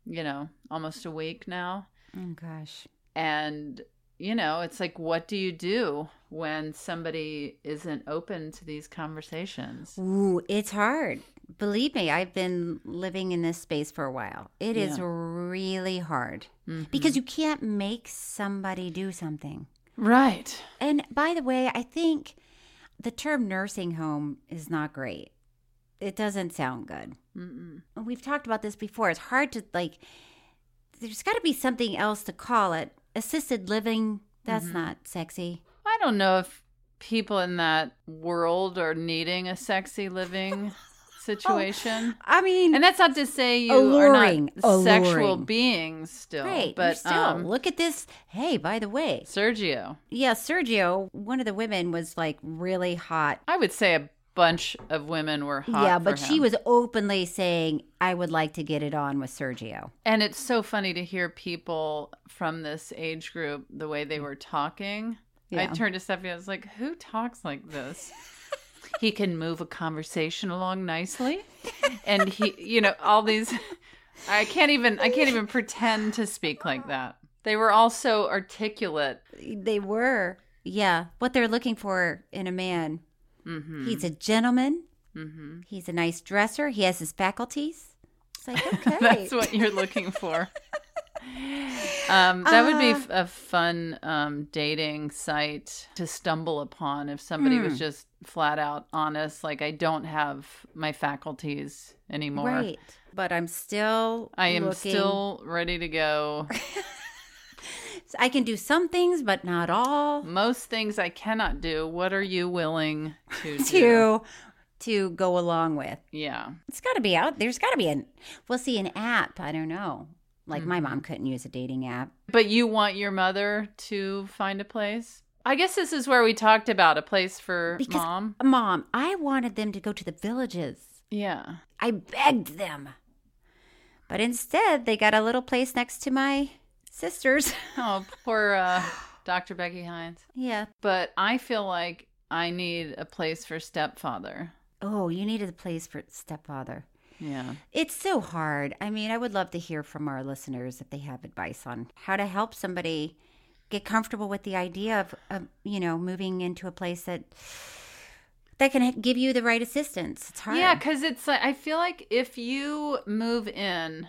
[SPEAKER 3] you know almost a week now
[SPEAKER 4] Oh gosh.
[SPEAKER 3] and you know it's like what do you do when somebody isn't open to these conversations
[SPEAKER 4] Ooh, it's hard. Believe me, I've been living in this space for a while. It is
[SPEAKER 3] Yeah.
[SPEAKER 4] really hard because you can't make somebody do something.
[SPEAKER 3] right
[SPEAKER 4] And by the way, I think the term nursing home is not great. It doesn't sound good.
[SPEAKER 3] Mm-mm.
[SPEAKER 4] And We've talked about this before. It's hard to like there's got to be something else to call it. Assisted living, that's not sexy.
[SPEAKER 3] i don't know if people in that world are needing a sexy
[SPEAKER 4] Oh.
[SPEAKER 3] living situation
[SPEAKER 4] I mean,
[SPEAKER 3] and that's not to say you
[SPEAKER 4] Alluring,
[SPEAKER 3] are not sexual
[SPEAKER 4] alluring.
[SPEAKER 3] beings still
[SPEAKER 4] great,
[SPEAKER 3] but
[SPEAKER 4] but still
[SPEAKER 3] um,
[SPEAKER 4] look at this. Hey, by the way,
[SPEAKER 3] sergio
[SPEAKER 4] Yeah, Sergio, one of the women was like really hot.
[SPEAKER 3] I would say a bunch of women were hot.
[SPEAKER 4] yeah,
[SPEAKER 3] for
[SPEAKER 4] but she
[SPEAKER 3] him.
[SPEAKER 4] was openly saying, I would like to get it on with Sergio.
[SPEAKER 3] And it's so funny to hear people from this age group the way they were talking. I
[SPEAKER 4] Yeah.
[SPEAKER 3] turned to Stephanie. I was like, "Who talks like this?" he can move a conversation along nicely, and he, you know, all these. I can't even. I can't even pretend to speak like that. They were all so articulate.
[SPEAKER 4] They were. Yeah, what they're looking for in a man.
[SPEAKER 3] Mm-hmm.
[SPEAKER 4] He's a gentleman,
[SPEAKER 3] mm-hmm.
[SPEAKER 4] he's a nice dresser, he has his faculties. It's like, okay.
[SPEAKER 3] That's what you're looking for. Um, that would be
[SPEAKER 4] Uh,
[SPEAKER 3] f- a fun um, dating site to stumble upon if somebody
[SPEAKER 4] Hmm.
[SPEAKER 3] was just flat out honest, like I don't have my faculties anymore.
[SPEAKER 4] Right. But I'm still.
[SPEAKER 3] I am
[SPEAKER 4] looking-
[SPEAKER 3] still ready to go.
[SPEAKER 4] I can do some things, but not all.
[SPEAKER 3] Most things I cannot do. What are you willing to do?
[SPEAKER 4] To to go along with.
[SPEAKER 3] Yeah.
[SPEAKER 4] It's got to be out. There's got to be an. We'll see an app. I don't know. Like my mom couldn't use a dating app.
[SPEAKER 3] But you want your mother to find a place? I guess this is where we talked about a place for
[SPEAKER 4] Because-
[SPEAKER 3] mom.
[SPEAKER 4] Mom, I wanted them to go to the villages.
[SPEAKER 3] Yeah.
[SPEAKER 4] I begged them. But instead, they got a little place next to my sister's.
[SPEAKER 3] Oh, poor uh, Dr. Becky Hines.
[SPEAKER 4] yeah.
[SPEAKER 3] But I feel like I need a place for stepfather.
[SPEAKER 4] Oh, you needed a place for stepfather.
[SPEAKER 3] Yeah.
[SPEAKER 4] It's so hard. I mean, I would love to hear from our listeners if they have advice on how to help somebody get comfortable with the idea of, of you know, moving into a place that that can give you the right assistance. It's hard.
[SPEAKER 3] Yeah, because it's like I feel like if you move in,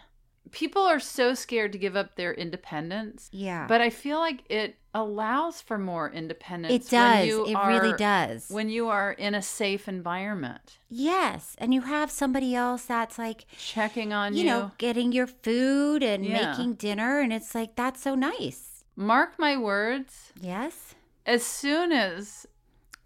[SPEAKER 3] people are so scared to give up their independence.
[SPEAKER 4] Yeah.
[SPEAKER 3] But I feel like it allows for more independence.
[SPEAKER 4] It does. It really does.
[SPEAKER 3] When you are in a safe environment,
[SPEAKER 4] yes, and you have somebody else that's like
[SPEAKER 3] checking on
[SPEAKER 4] you
[SPEAKER 3] you.
[SPEAKER 4] know, getting your food and
[SPEAKER 3] Yeah.
[SPEAKER 4] making dinner and it's like that's so nice.
[SPEAKER 3] Mark my words,
[SPEAKER 4] Yes.
[SPEAKER 3] as soon as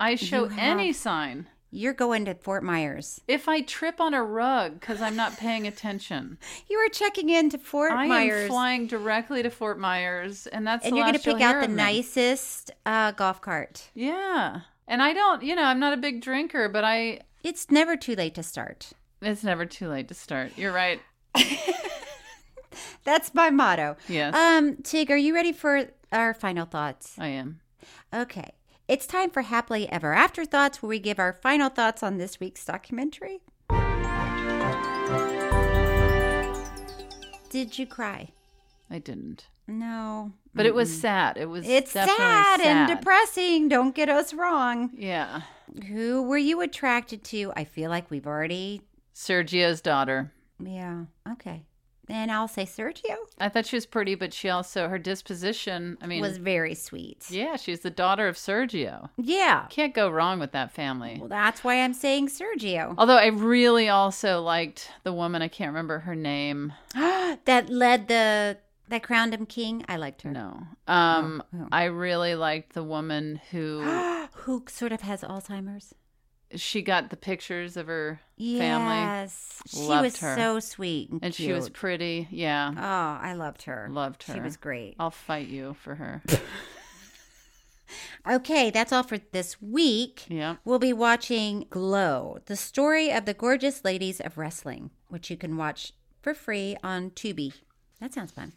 [SPEAKER 3] I show
[SPEAKER 4] have-
[SPEAKER 3] any sign,
[SPEAKER 4] You're going to Fort Myers.
[SPEAKER 3] if I trip on a rug because I'm not paying attention,
[SPEAKER 4] You are checking into Fort
[SPEAKER 3] I
[SPEAKER 4] Myers.
[SPEAKER 3] am flying directly to Fort Myers, and that's
[SPEAKER 4] and
[SPEAKER 3] the
[SPEAKER 4] you're going
[SPEAKER 3] last
[SPEAKER 4] to pick
[SPEAKER 3] you'll hear
[SPEAKER 4] out the
[SPEAKER 3] of me.
[SPEAKER 4] nicest uh, golf cart.
[SPEAKER 3] Yeah. And I don't, you know, I'm not a big drinker, but I
[SPEAKER 4] It's never too late to start.
[SPEAKER 3] it's never too late to start. You're right.
[SPEAKER 4] That's my motto.
[SPEAKER 3] Yes.
[SPEAKER 4] Um, Tig, are you ready for our final thoughts?
[SPEAKER 3] I am.
[SPEAKER 4] Okay. It's time for Happily Ever After Thoughts, where we give our final thoughts on this week's documentary. Did you cry?
[SPEAKER 3] I didn't.
[SPEAKER 4] No.
[SPEAKER 3] But it was sad. It was
[SPEAKER 4] It's
[SPEAKER 3] definitely
[SPEAKER 4] sad, and
[SPEAKER 3] sad.
[SPEAKER 4] depressing. Don't get us wrong.
[SPEAKER 3] Yeah.
[SPEAKER 4] Who were you attracted to? I feel like we've already.
[SPEAKER 3] Sergio's daughter.
[SPEAKER 4] Yeah. Okay. Then I'll say Sergio.
[SPEAKER 3] I thought she was pretty, but she also her disposition, I mean,
[SPEAKER 4] was very sweet.
[SPEAKER 3] yeah, she's the daughter of Sergio.
[SPEAKER 4] Yeah.
[SPEAKER 3] Can't go wrong with that family.
[SPEAKER 4] Well, that's why I'm saying Sergio.
[SPEAKER 3] Although I really also liked the woman, I can't remember her name.
[SPEAKER 4] that led the that crowned him king. I liked her.
[SPEAKER 3] No. Um
[SPEAKER 4] Oh, oh.
[SPEAKER 3] I really liked the woman who
[SPEAKER 4] Who sort of has Alzheimer's?
[SPEAKER 3] she got the pictures of her family
[SPEAKER 4] Yes. She
[SPEAKER 3] Loved
[SPEAKER 4] was
[SPEAKER 3] her.
[SPEAKER 4] so sweet and,
[SPEAKER 3] and she was
[SPEAKER 4] cute.
[SPEAKER 3] pretty yeah
[SPEAKER 4] Oh, I loved her.
[SPEAKER 3] loved her Oh.
[SPEAKER 4] She was great.
[SPEAKER 3] i'll fight you for her
[SPEAKER 4] Okay, that's all for this week.
[SPEAKER 3] yeah
[SPEAKER 4] We'll be watching Glow, the story of the gorgeous ladies of wrestling, which you can watch for free on Tubi. That sounds fun.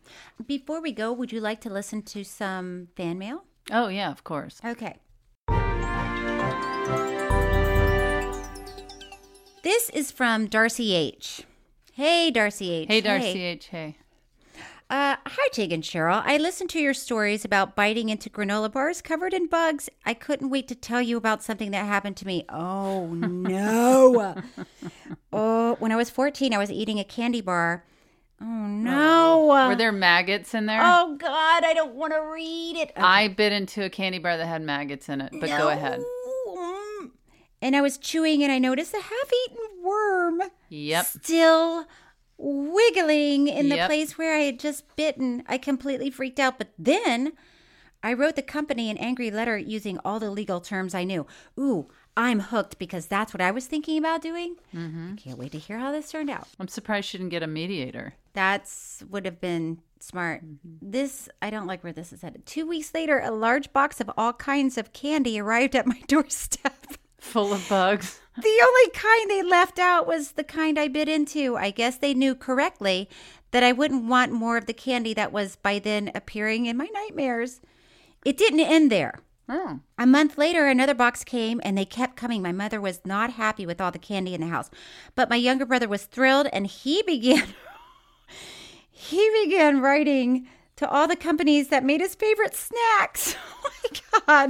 [SPEAKER 4] Before we go, would you like to listen to some fan mail?
[SPEAKER 3] oh yeah of course
[SPEAKER 4] Okay. This is from Darcy H. Hey, Darcy H.
[SPEAKER 3] hey darcy h hey
[SPEAKER 4] Uh, hi, Tig and Cheryl. I listened to your stories about biting into granola bars covered in bugs. I couldn't wait to tell you about something that happened to me. Oh, no. oh, when I was 14, I was eating a candy bar. Oh, no.
[SPEAKER 3] were there maggots in there
[SPEAKER 4] Oh, God. I don't want to read it. Okay.
[SPEAKER 3] i bit into a candy bar that had maggots in it but go ahead
[SPEAKER 4] No. And I was chewing and I noticed a half eaten worm
[SPEAKER 3] yep
[SPEAKER 4] still wiggling in the
[SPEAKER 3] Yep.
[SPEAKER 4] place where I had just bitten. I completely freaked out. But then I wrote the company an angry letter using all the legal terms I knew. Ooh, I'm hooked because that's what I was thinking about doing.
[SPEAKER 3] Mm-hmm.
[SPEAKER 4] I can't wait to hear how this turned out.
[SPEAKER 3] i'm surprised she didn't get a mediator
[SPEAKER 4] That's would have been smart.
[SPEAKER 3] Mm-hmm.
[SPEAKER 4] This I don't like where this is headed. Two weeks later, a large box of all kinds of candy arrived at my doorstep.
[SPEAKER 3] full of bugs
[SPEAKER 4] The only kind they left out was the kind I bit into. I guess they knew correctly that I wouldn't want more of the candy that was by then appearing in my nightmares. It didn't end there.
[SPEAKER 3] oh
[SPEAKER 4] A month later, another box came and they kept coming. My mother was not happy with all the candy in the house, but my younger brother was thrilled and he began. he began writing to all the companies that made his favorite snacks. oh my God.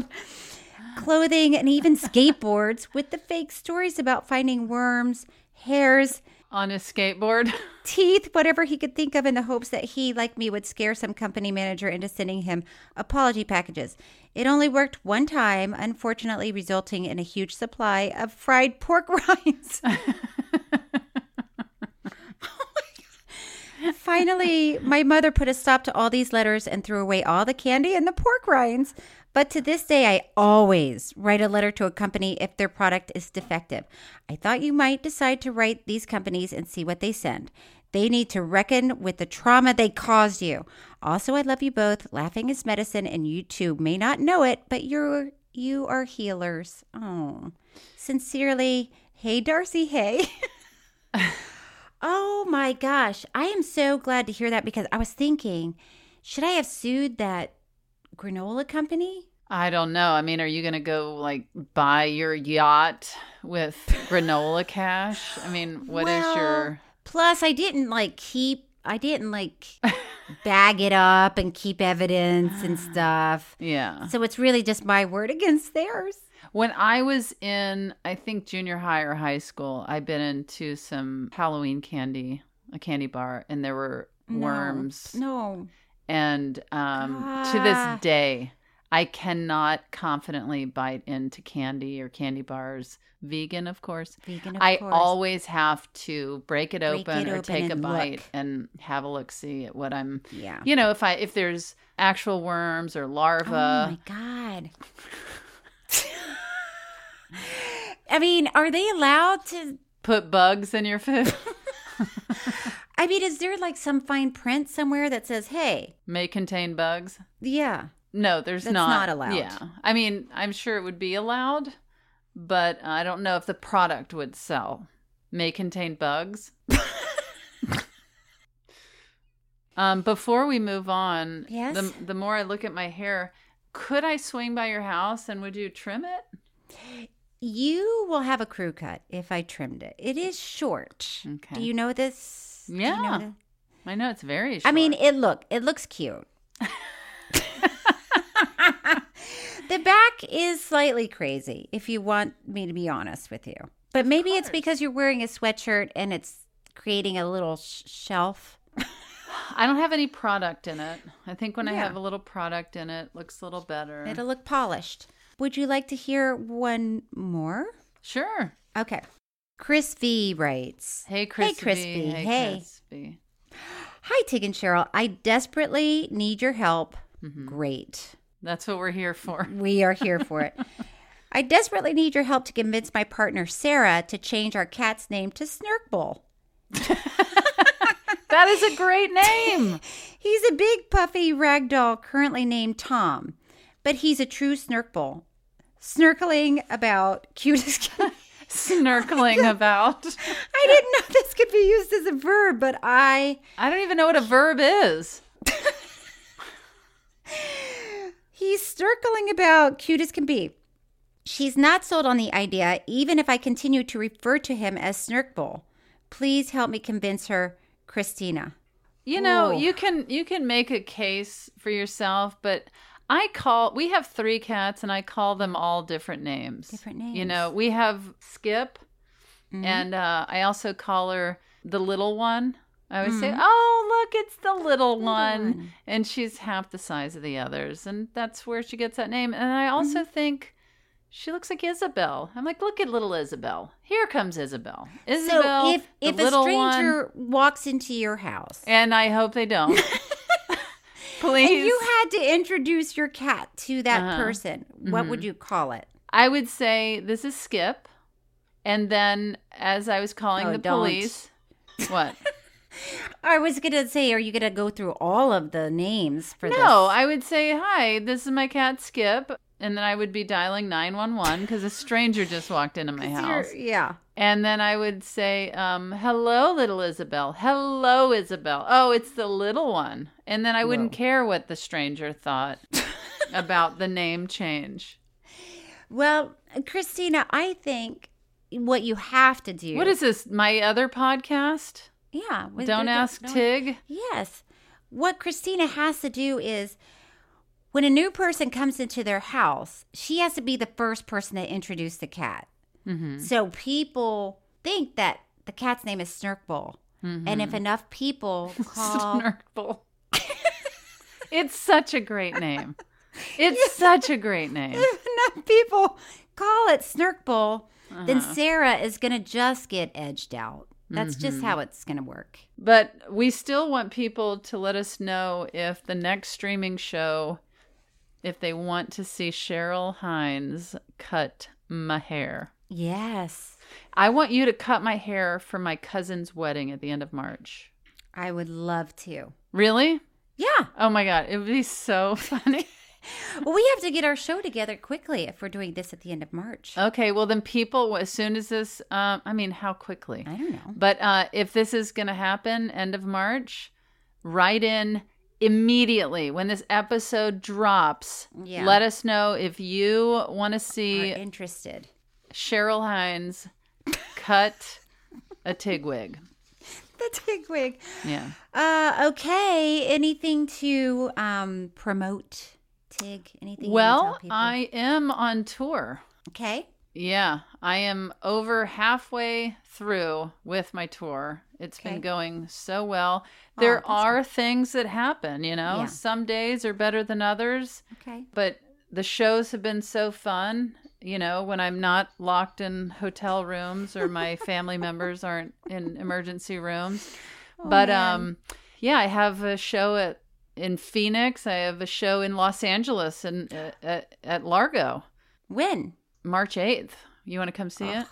[SPEAKER 4] Clothing and even skateboards with the fake stories about finding worms, hairs,
[SPEAKER 3] on his skateboard
[SPEAKER 4] teeth, whatever he could think of, in the hopes that he, like me, would scare some company manager into sending him apology packages. It only worked one time, unfortunately, resulting in a huge supply of fried pork rinds. Oh my God. Finally, my mother put a stop to all these letters and threw away all the candy and the pork rinds. But to this day, I always write a letter to a company if their product is defective. I thought you might decide to write these companies and see what they send. They need to reckon with the trauma they caused you. Also, I love you both. Laughing is medicine, and you two may not know it, but you're you are healers. Oh, sincerely, hey Darcy, hey. oh my gosh, I am so glad to hear that because I was thinking, should I have sued that granola company?
[SPEAKER 3] I don't know. I mean, are you going to go like buy your yacht with granola cash? I mean, what is
[SPEAKER 4] Well,
[SPEAKER 3] your
[SPEAKER 4] Plus, I didn't like keep, I didn't like bag it up and keep evidence and stuff.
[SPEAKER 3] Yeah.
[SPEAKER 4] So it's really just my word against theirs.
[SPEAKER 3] When I was in, I think junior high or high school, I've been into some Halloween candy, a candy bar, and there were
[SPEAKER 4] No.
[SPEAKER 3] worms.
[SPEAKER 4] No.
[SPEAKER 3] And um, to this
[SPEAKER 4] Ah.
[SPEAKER 3] day, I cannot confidently bite into candy or candy bars. Vegan, of course.
[SPEAKER 4] Vegan, of
[SPEAKER 3] I
[SPEAKER 4] course.
[SPEAKER 3] always have to break it
[SPEAKER 4] Break
[SPEAKER 3] open
[SPEAKER 4] it
[SPEAKER 3] or
[SPEAKER 4] open
[SPEAKER 3] take a
[SPEAKER 4] and
[SPEAKER 3] bite
[SPEAKER 4] look.
[SPEAKER 3] and have a look see at what I'm.
[SPEAKER 4] Yeah.
[SPEAKER 3] You know, if I if there's actual worms or larvae.
[SPEAKER 4] Oh my god. I mean, are they allowed to?
[SPEAKER 3] Put bugs in your food.
[SPEAKER 4] I mean, is there like some fine print somewhere that says, "Hey,
[SPEAKER 3] May contain bugs.
[SPEAKER 4] yeah,
[SPEAKER 3] No, there's
[SPEAKER 4] That's
[SPEAKER 3] not.
[SPEAKER 4] not allowed.
[SPEAKER 3] Yeah. I mean, I'm sure it would be allowed, but I don't know if the product would sell. May contain bugs. um, before we move on,
[SPEAKER 4] Yes?
[SPEAKER 3] the, the more I look at my hair, could I swing by your house and would you trim it?
[SPEAKER 4] you will have a crew cut if I trimmed it. It is short.
[SPEAKER 3] Okay.
[SPEAKER 4] Do you know this? Do you know
[SPEAKER 3] Yeah.
[SPEAKER 4] this?
[SPEAKER 3] I know it's very short.
[SPEAKER 4] I mean, it look it looks cute. the back is slightly crazy, if you want me to be honest with you. But maybe it's because you're wearing a sweatshirt and it's creating a little sh- shelf.
[SPEAKER 3] I don't have any product in it. I think when I
[SPEAKER 4] Yeah.
[SPEAKER 3] have a little product in it, it looks a little better.
[SPEAKER 4] It'll look polished. Would you like to hear one more?
[SPEAKER 3] Sure.
[SPEAKER 4] Okay. Chris V writes.
[SPEAKER 3] Hey, Crispy.
[SPEAKER 4] Crispy. Hey.
[SPEAKER 3] Crispy.
[SPEAKER 4] Hi, Tig and Cheryl. I desperately need your help. Great.
[SPEAKER 3] That's what we're here for.
[SPEAKER 4] We are here for it. I desperately need your help to convince my partner, Sarah, to change our cat's name to Snurkbull.
[SPEAKER 3] That is a great name.
[SPEAKER 4] He's a big, puffy ragdoll currently named Tom, but he's a true Snurkbull, snurkling about cutest cat.
[SPEAKER 3] Snurkling about.
[SPEAKER 4] I didn't know this could be used as a verb, but I.
[SPEAKER 3] I don't even know what a verb is.
[SPEAKER 4] He's snurkling about cute as can be. She's not sold on the idea, even if I continue to refer to him as Snurkbull. Please help me convince her, Christina.
[SPEAKER 3] You know,
[SPEAKER 4] Ooh.
[SPEAKER 3] you can you can make a case for yourself, but I call we have three cats and I call them all different names.
[SPEAKER 4] Different
[SPEAKER 3] You
[SPEAKER 4] names. Mm-hmm.
[SPEAKER 3] know, we have Skip and uh, I also call her the little one. I always
[SPEAKER 4] Mm.
[SPEAKER 3] say, "Oh, look, it's the little, one. and she's half the size of the others, and that's where she gets that name. And I also
[SPEAKER 4] Mm-hmm.
[SPEAKER 3] think she looks like Isabel. I'm like, look at little Isabel. Here comes Isabel. Isabel,
[SPEAKER 4] so if
[SPEAKER 3] the
[SPEAKER 4] if a
[SPEAKER 3] little one.
[SPEAKER 4] stranger walks into your house
[SPEAKER 3] And I hope they don't. Please,
[SPEAKER 4] and you had to introduce your cat to that
[SPEAKER 3] Uh-huh.
[SPEAKER 4] person, what would you call it?
[SPEAKER 3] I would say this is Skip, and then as I was calling
[SPEAKER 4] Oh,
[SPEAKER 3] the
[SPEAKER 4] don't.
[SPEAKER 3] police, what?
[SPEAKER 4] I was gonna say, are you gonna go through all of the names for
[SPEAKER 3] no,
[SPEAKER 4] this?
[SPEAKER 3] I would say, hi, this is my cat Skip. And then I would be dialing 911 because a stranger just walked into my house.
[SPEAKER 4] You're- yeah.
[SPEAKER 3] And then I would say, um, hello, little Isabel. Hello, Isabel. Oh, it's the little one. And then I wouldn't care what the stranger thought about the name change.
[SPEAKER 4] Well, Christina, I think what you have to do.
[SPEAKER 3] What is this? My other podcast?
[SPEAKER 4] Yeah. with-
[SPEAKER 3] Don't ask Tig.
[SPEAKER 4] Yes. What Christina has to do is when a new person comes into their house, she has to be the first person to introduce the cat. So people think that the cat's name is Snurkbull. And if enough people call
[SPEAKER 3] Snurkle. it's such a great name. It's such a great name.
[SPEAKER 4] if enough people call it Snurkbull, then Sarah is going to just get edged out. That's just how it's going to work.
[SPEAKER 3] But we still want people to let us know if the next streaming show, if they want to see Cheryl Hines cut my hair.
[SPEAKER 4] Yes.
[SPEAKER 3] I want you to cut my hair for my cousin's wedding at the end of March.
[SPEAKER 4] I would love to.
[SPEAKER 3] Really?
[SPEAKER 4] Yeah.
[SPEAKER 3] Oh my God. It would be so funny.
[SPEAKER 4] well, we have to get our show together quickly if we're doing this at the end of March.
[SPEAKER 3] Okay. Well, then people, as soon as this, um, I mean, how quickly?
[SPEAKER 4] I don't know.
[SPEAKER 3] But uh, if this is going to happen, end of March, write in immediately when this episode drops.
[SPEAKER 4] Yeah.
[SPEAKER 3] Let us know if you want to see
[SPEAKER 4] Are interested.
[SPEAKER 3] Cheryl Hines cut a tig wig.
[SPEAKER 4] The tig wig.
[SPEAKER 3] Yeah.
[SPEAKER 4] Uh, okay. Anything to um, promote, Tig? Anything? you wanna tell
[SPEAKER 3] Well,
[SPEAKER 4] people?
[SPEAKER 3] I am on tour.
[SPEAKER 4] Okay.
[SPEAKER 3] Yeah, I am over halfway through with my tour. It's
[SPEAKER 4] Okay.
[SPEAKER 3] been going so well.
[SPEAKER 4] Oh,
[SPEAKER 3] There
[SPEAKER 4] that's
[SPEAKER 3] are things that happen, you know.
[SPEAKER 4] Yeah.
[SPEAKER 3] Some days are better than others,
[SPEAKER 4] Okay.
[SPEAKER 3] but the shows have been so fun, you know, when I'm not locked in hotel rooms or my family members aren't in emergency rooms. but
[SPEAKER 4] Oh, man.
[SPEAKER 3] um yeah, I have a show at in Phoenix. I have a show in Los Angeles and uh, at, at Largo.
[SPEAKER 4] When?
[SPEAKER 3] March 8th. You want to come
[SPEAKER 4] Oh,
[SPEAKER 3] see it?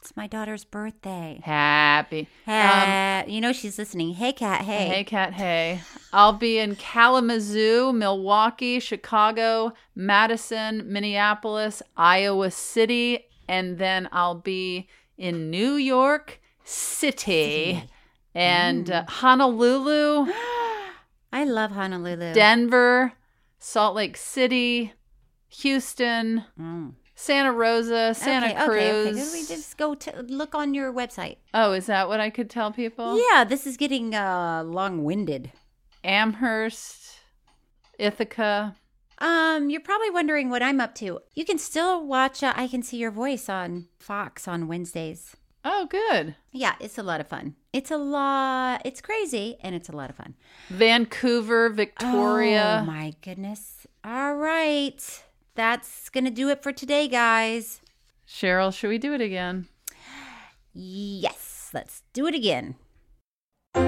[SPEAKER 4] It's my daughter's birthday.
[SPEAKER 3] Happy. Um,
[SPEAKER 4] Hey, you know she's listening. Hey, cat. Hey.
[SPEAKER 3] Hey, Cat, hey. I'll be in Kalamazoo, Milwaukee, Chicago, Madison, Minneapolis, Iowa City, and then I'll be in New York City and
[SPEAKER 4] Mm.
[SPEAKER 3] uh, Honolulu,
[SPEAKER 4] I love Honolulu.
[SPEAKER 3] Denver, Salt Lake City, Houston,
[SPEAKER 4] Mm.
[SPEAKER 3] Santa Rosa, Santa
[SPEAKER 4] okay,
[SPEAKER 3] Cruz.
[SPEAKER 4] Okay, okay. Could we just go to look on your website?
[SPEAKER 3] Oh, is that what I could tell people?
[SPEAKER 4] Yeah, this is getting uh, long-winded.
[SPEAKER 3] Amherst, Ithaca.
[SPEAKER 4] Um, you're probably wondering what I'm up to. You can still watch uh, I Can See Your Voice on Fox on Wednesdays.
[SPEAKER 3] Oh, good.
[SPEAKER 4] Yeah, it's a lot of fun. It's a lot. It's crazy, and it's a lot of fun.
[SPEAKER 3] Vancouver, Victoria.
[SPEAKER 4] Oh my goodness! All right, that's gonna do it for today, guys.
[SPEAKER 3] Cheryl, should we do it again?
[SPEAKER 4] Yes, let's do it again.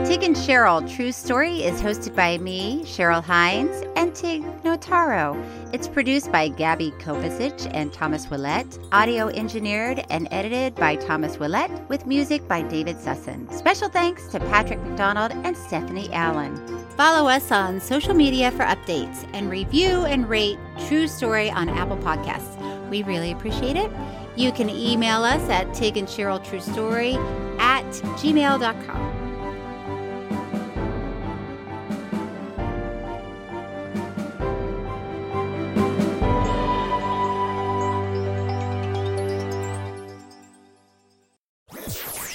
[SPEAKER 4] Tig and Cheryl True Story is hosted by me, Cheryl Hines, and Tig Notaro. It's produced by Gabby Kovacic and Thomas Willett, audio engineered and edited by Thomas Willett, with music by David Sussin. Special thanks to Patrick McDonald and Stephanie Allen. Follow us on social media for updates and review and rate True Story on Apple Podcasts. We really appreciate it. You can email us at Tig and Cheryl True Story at gmail.com.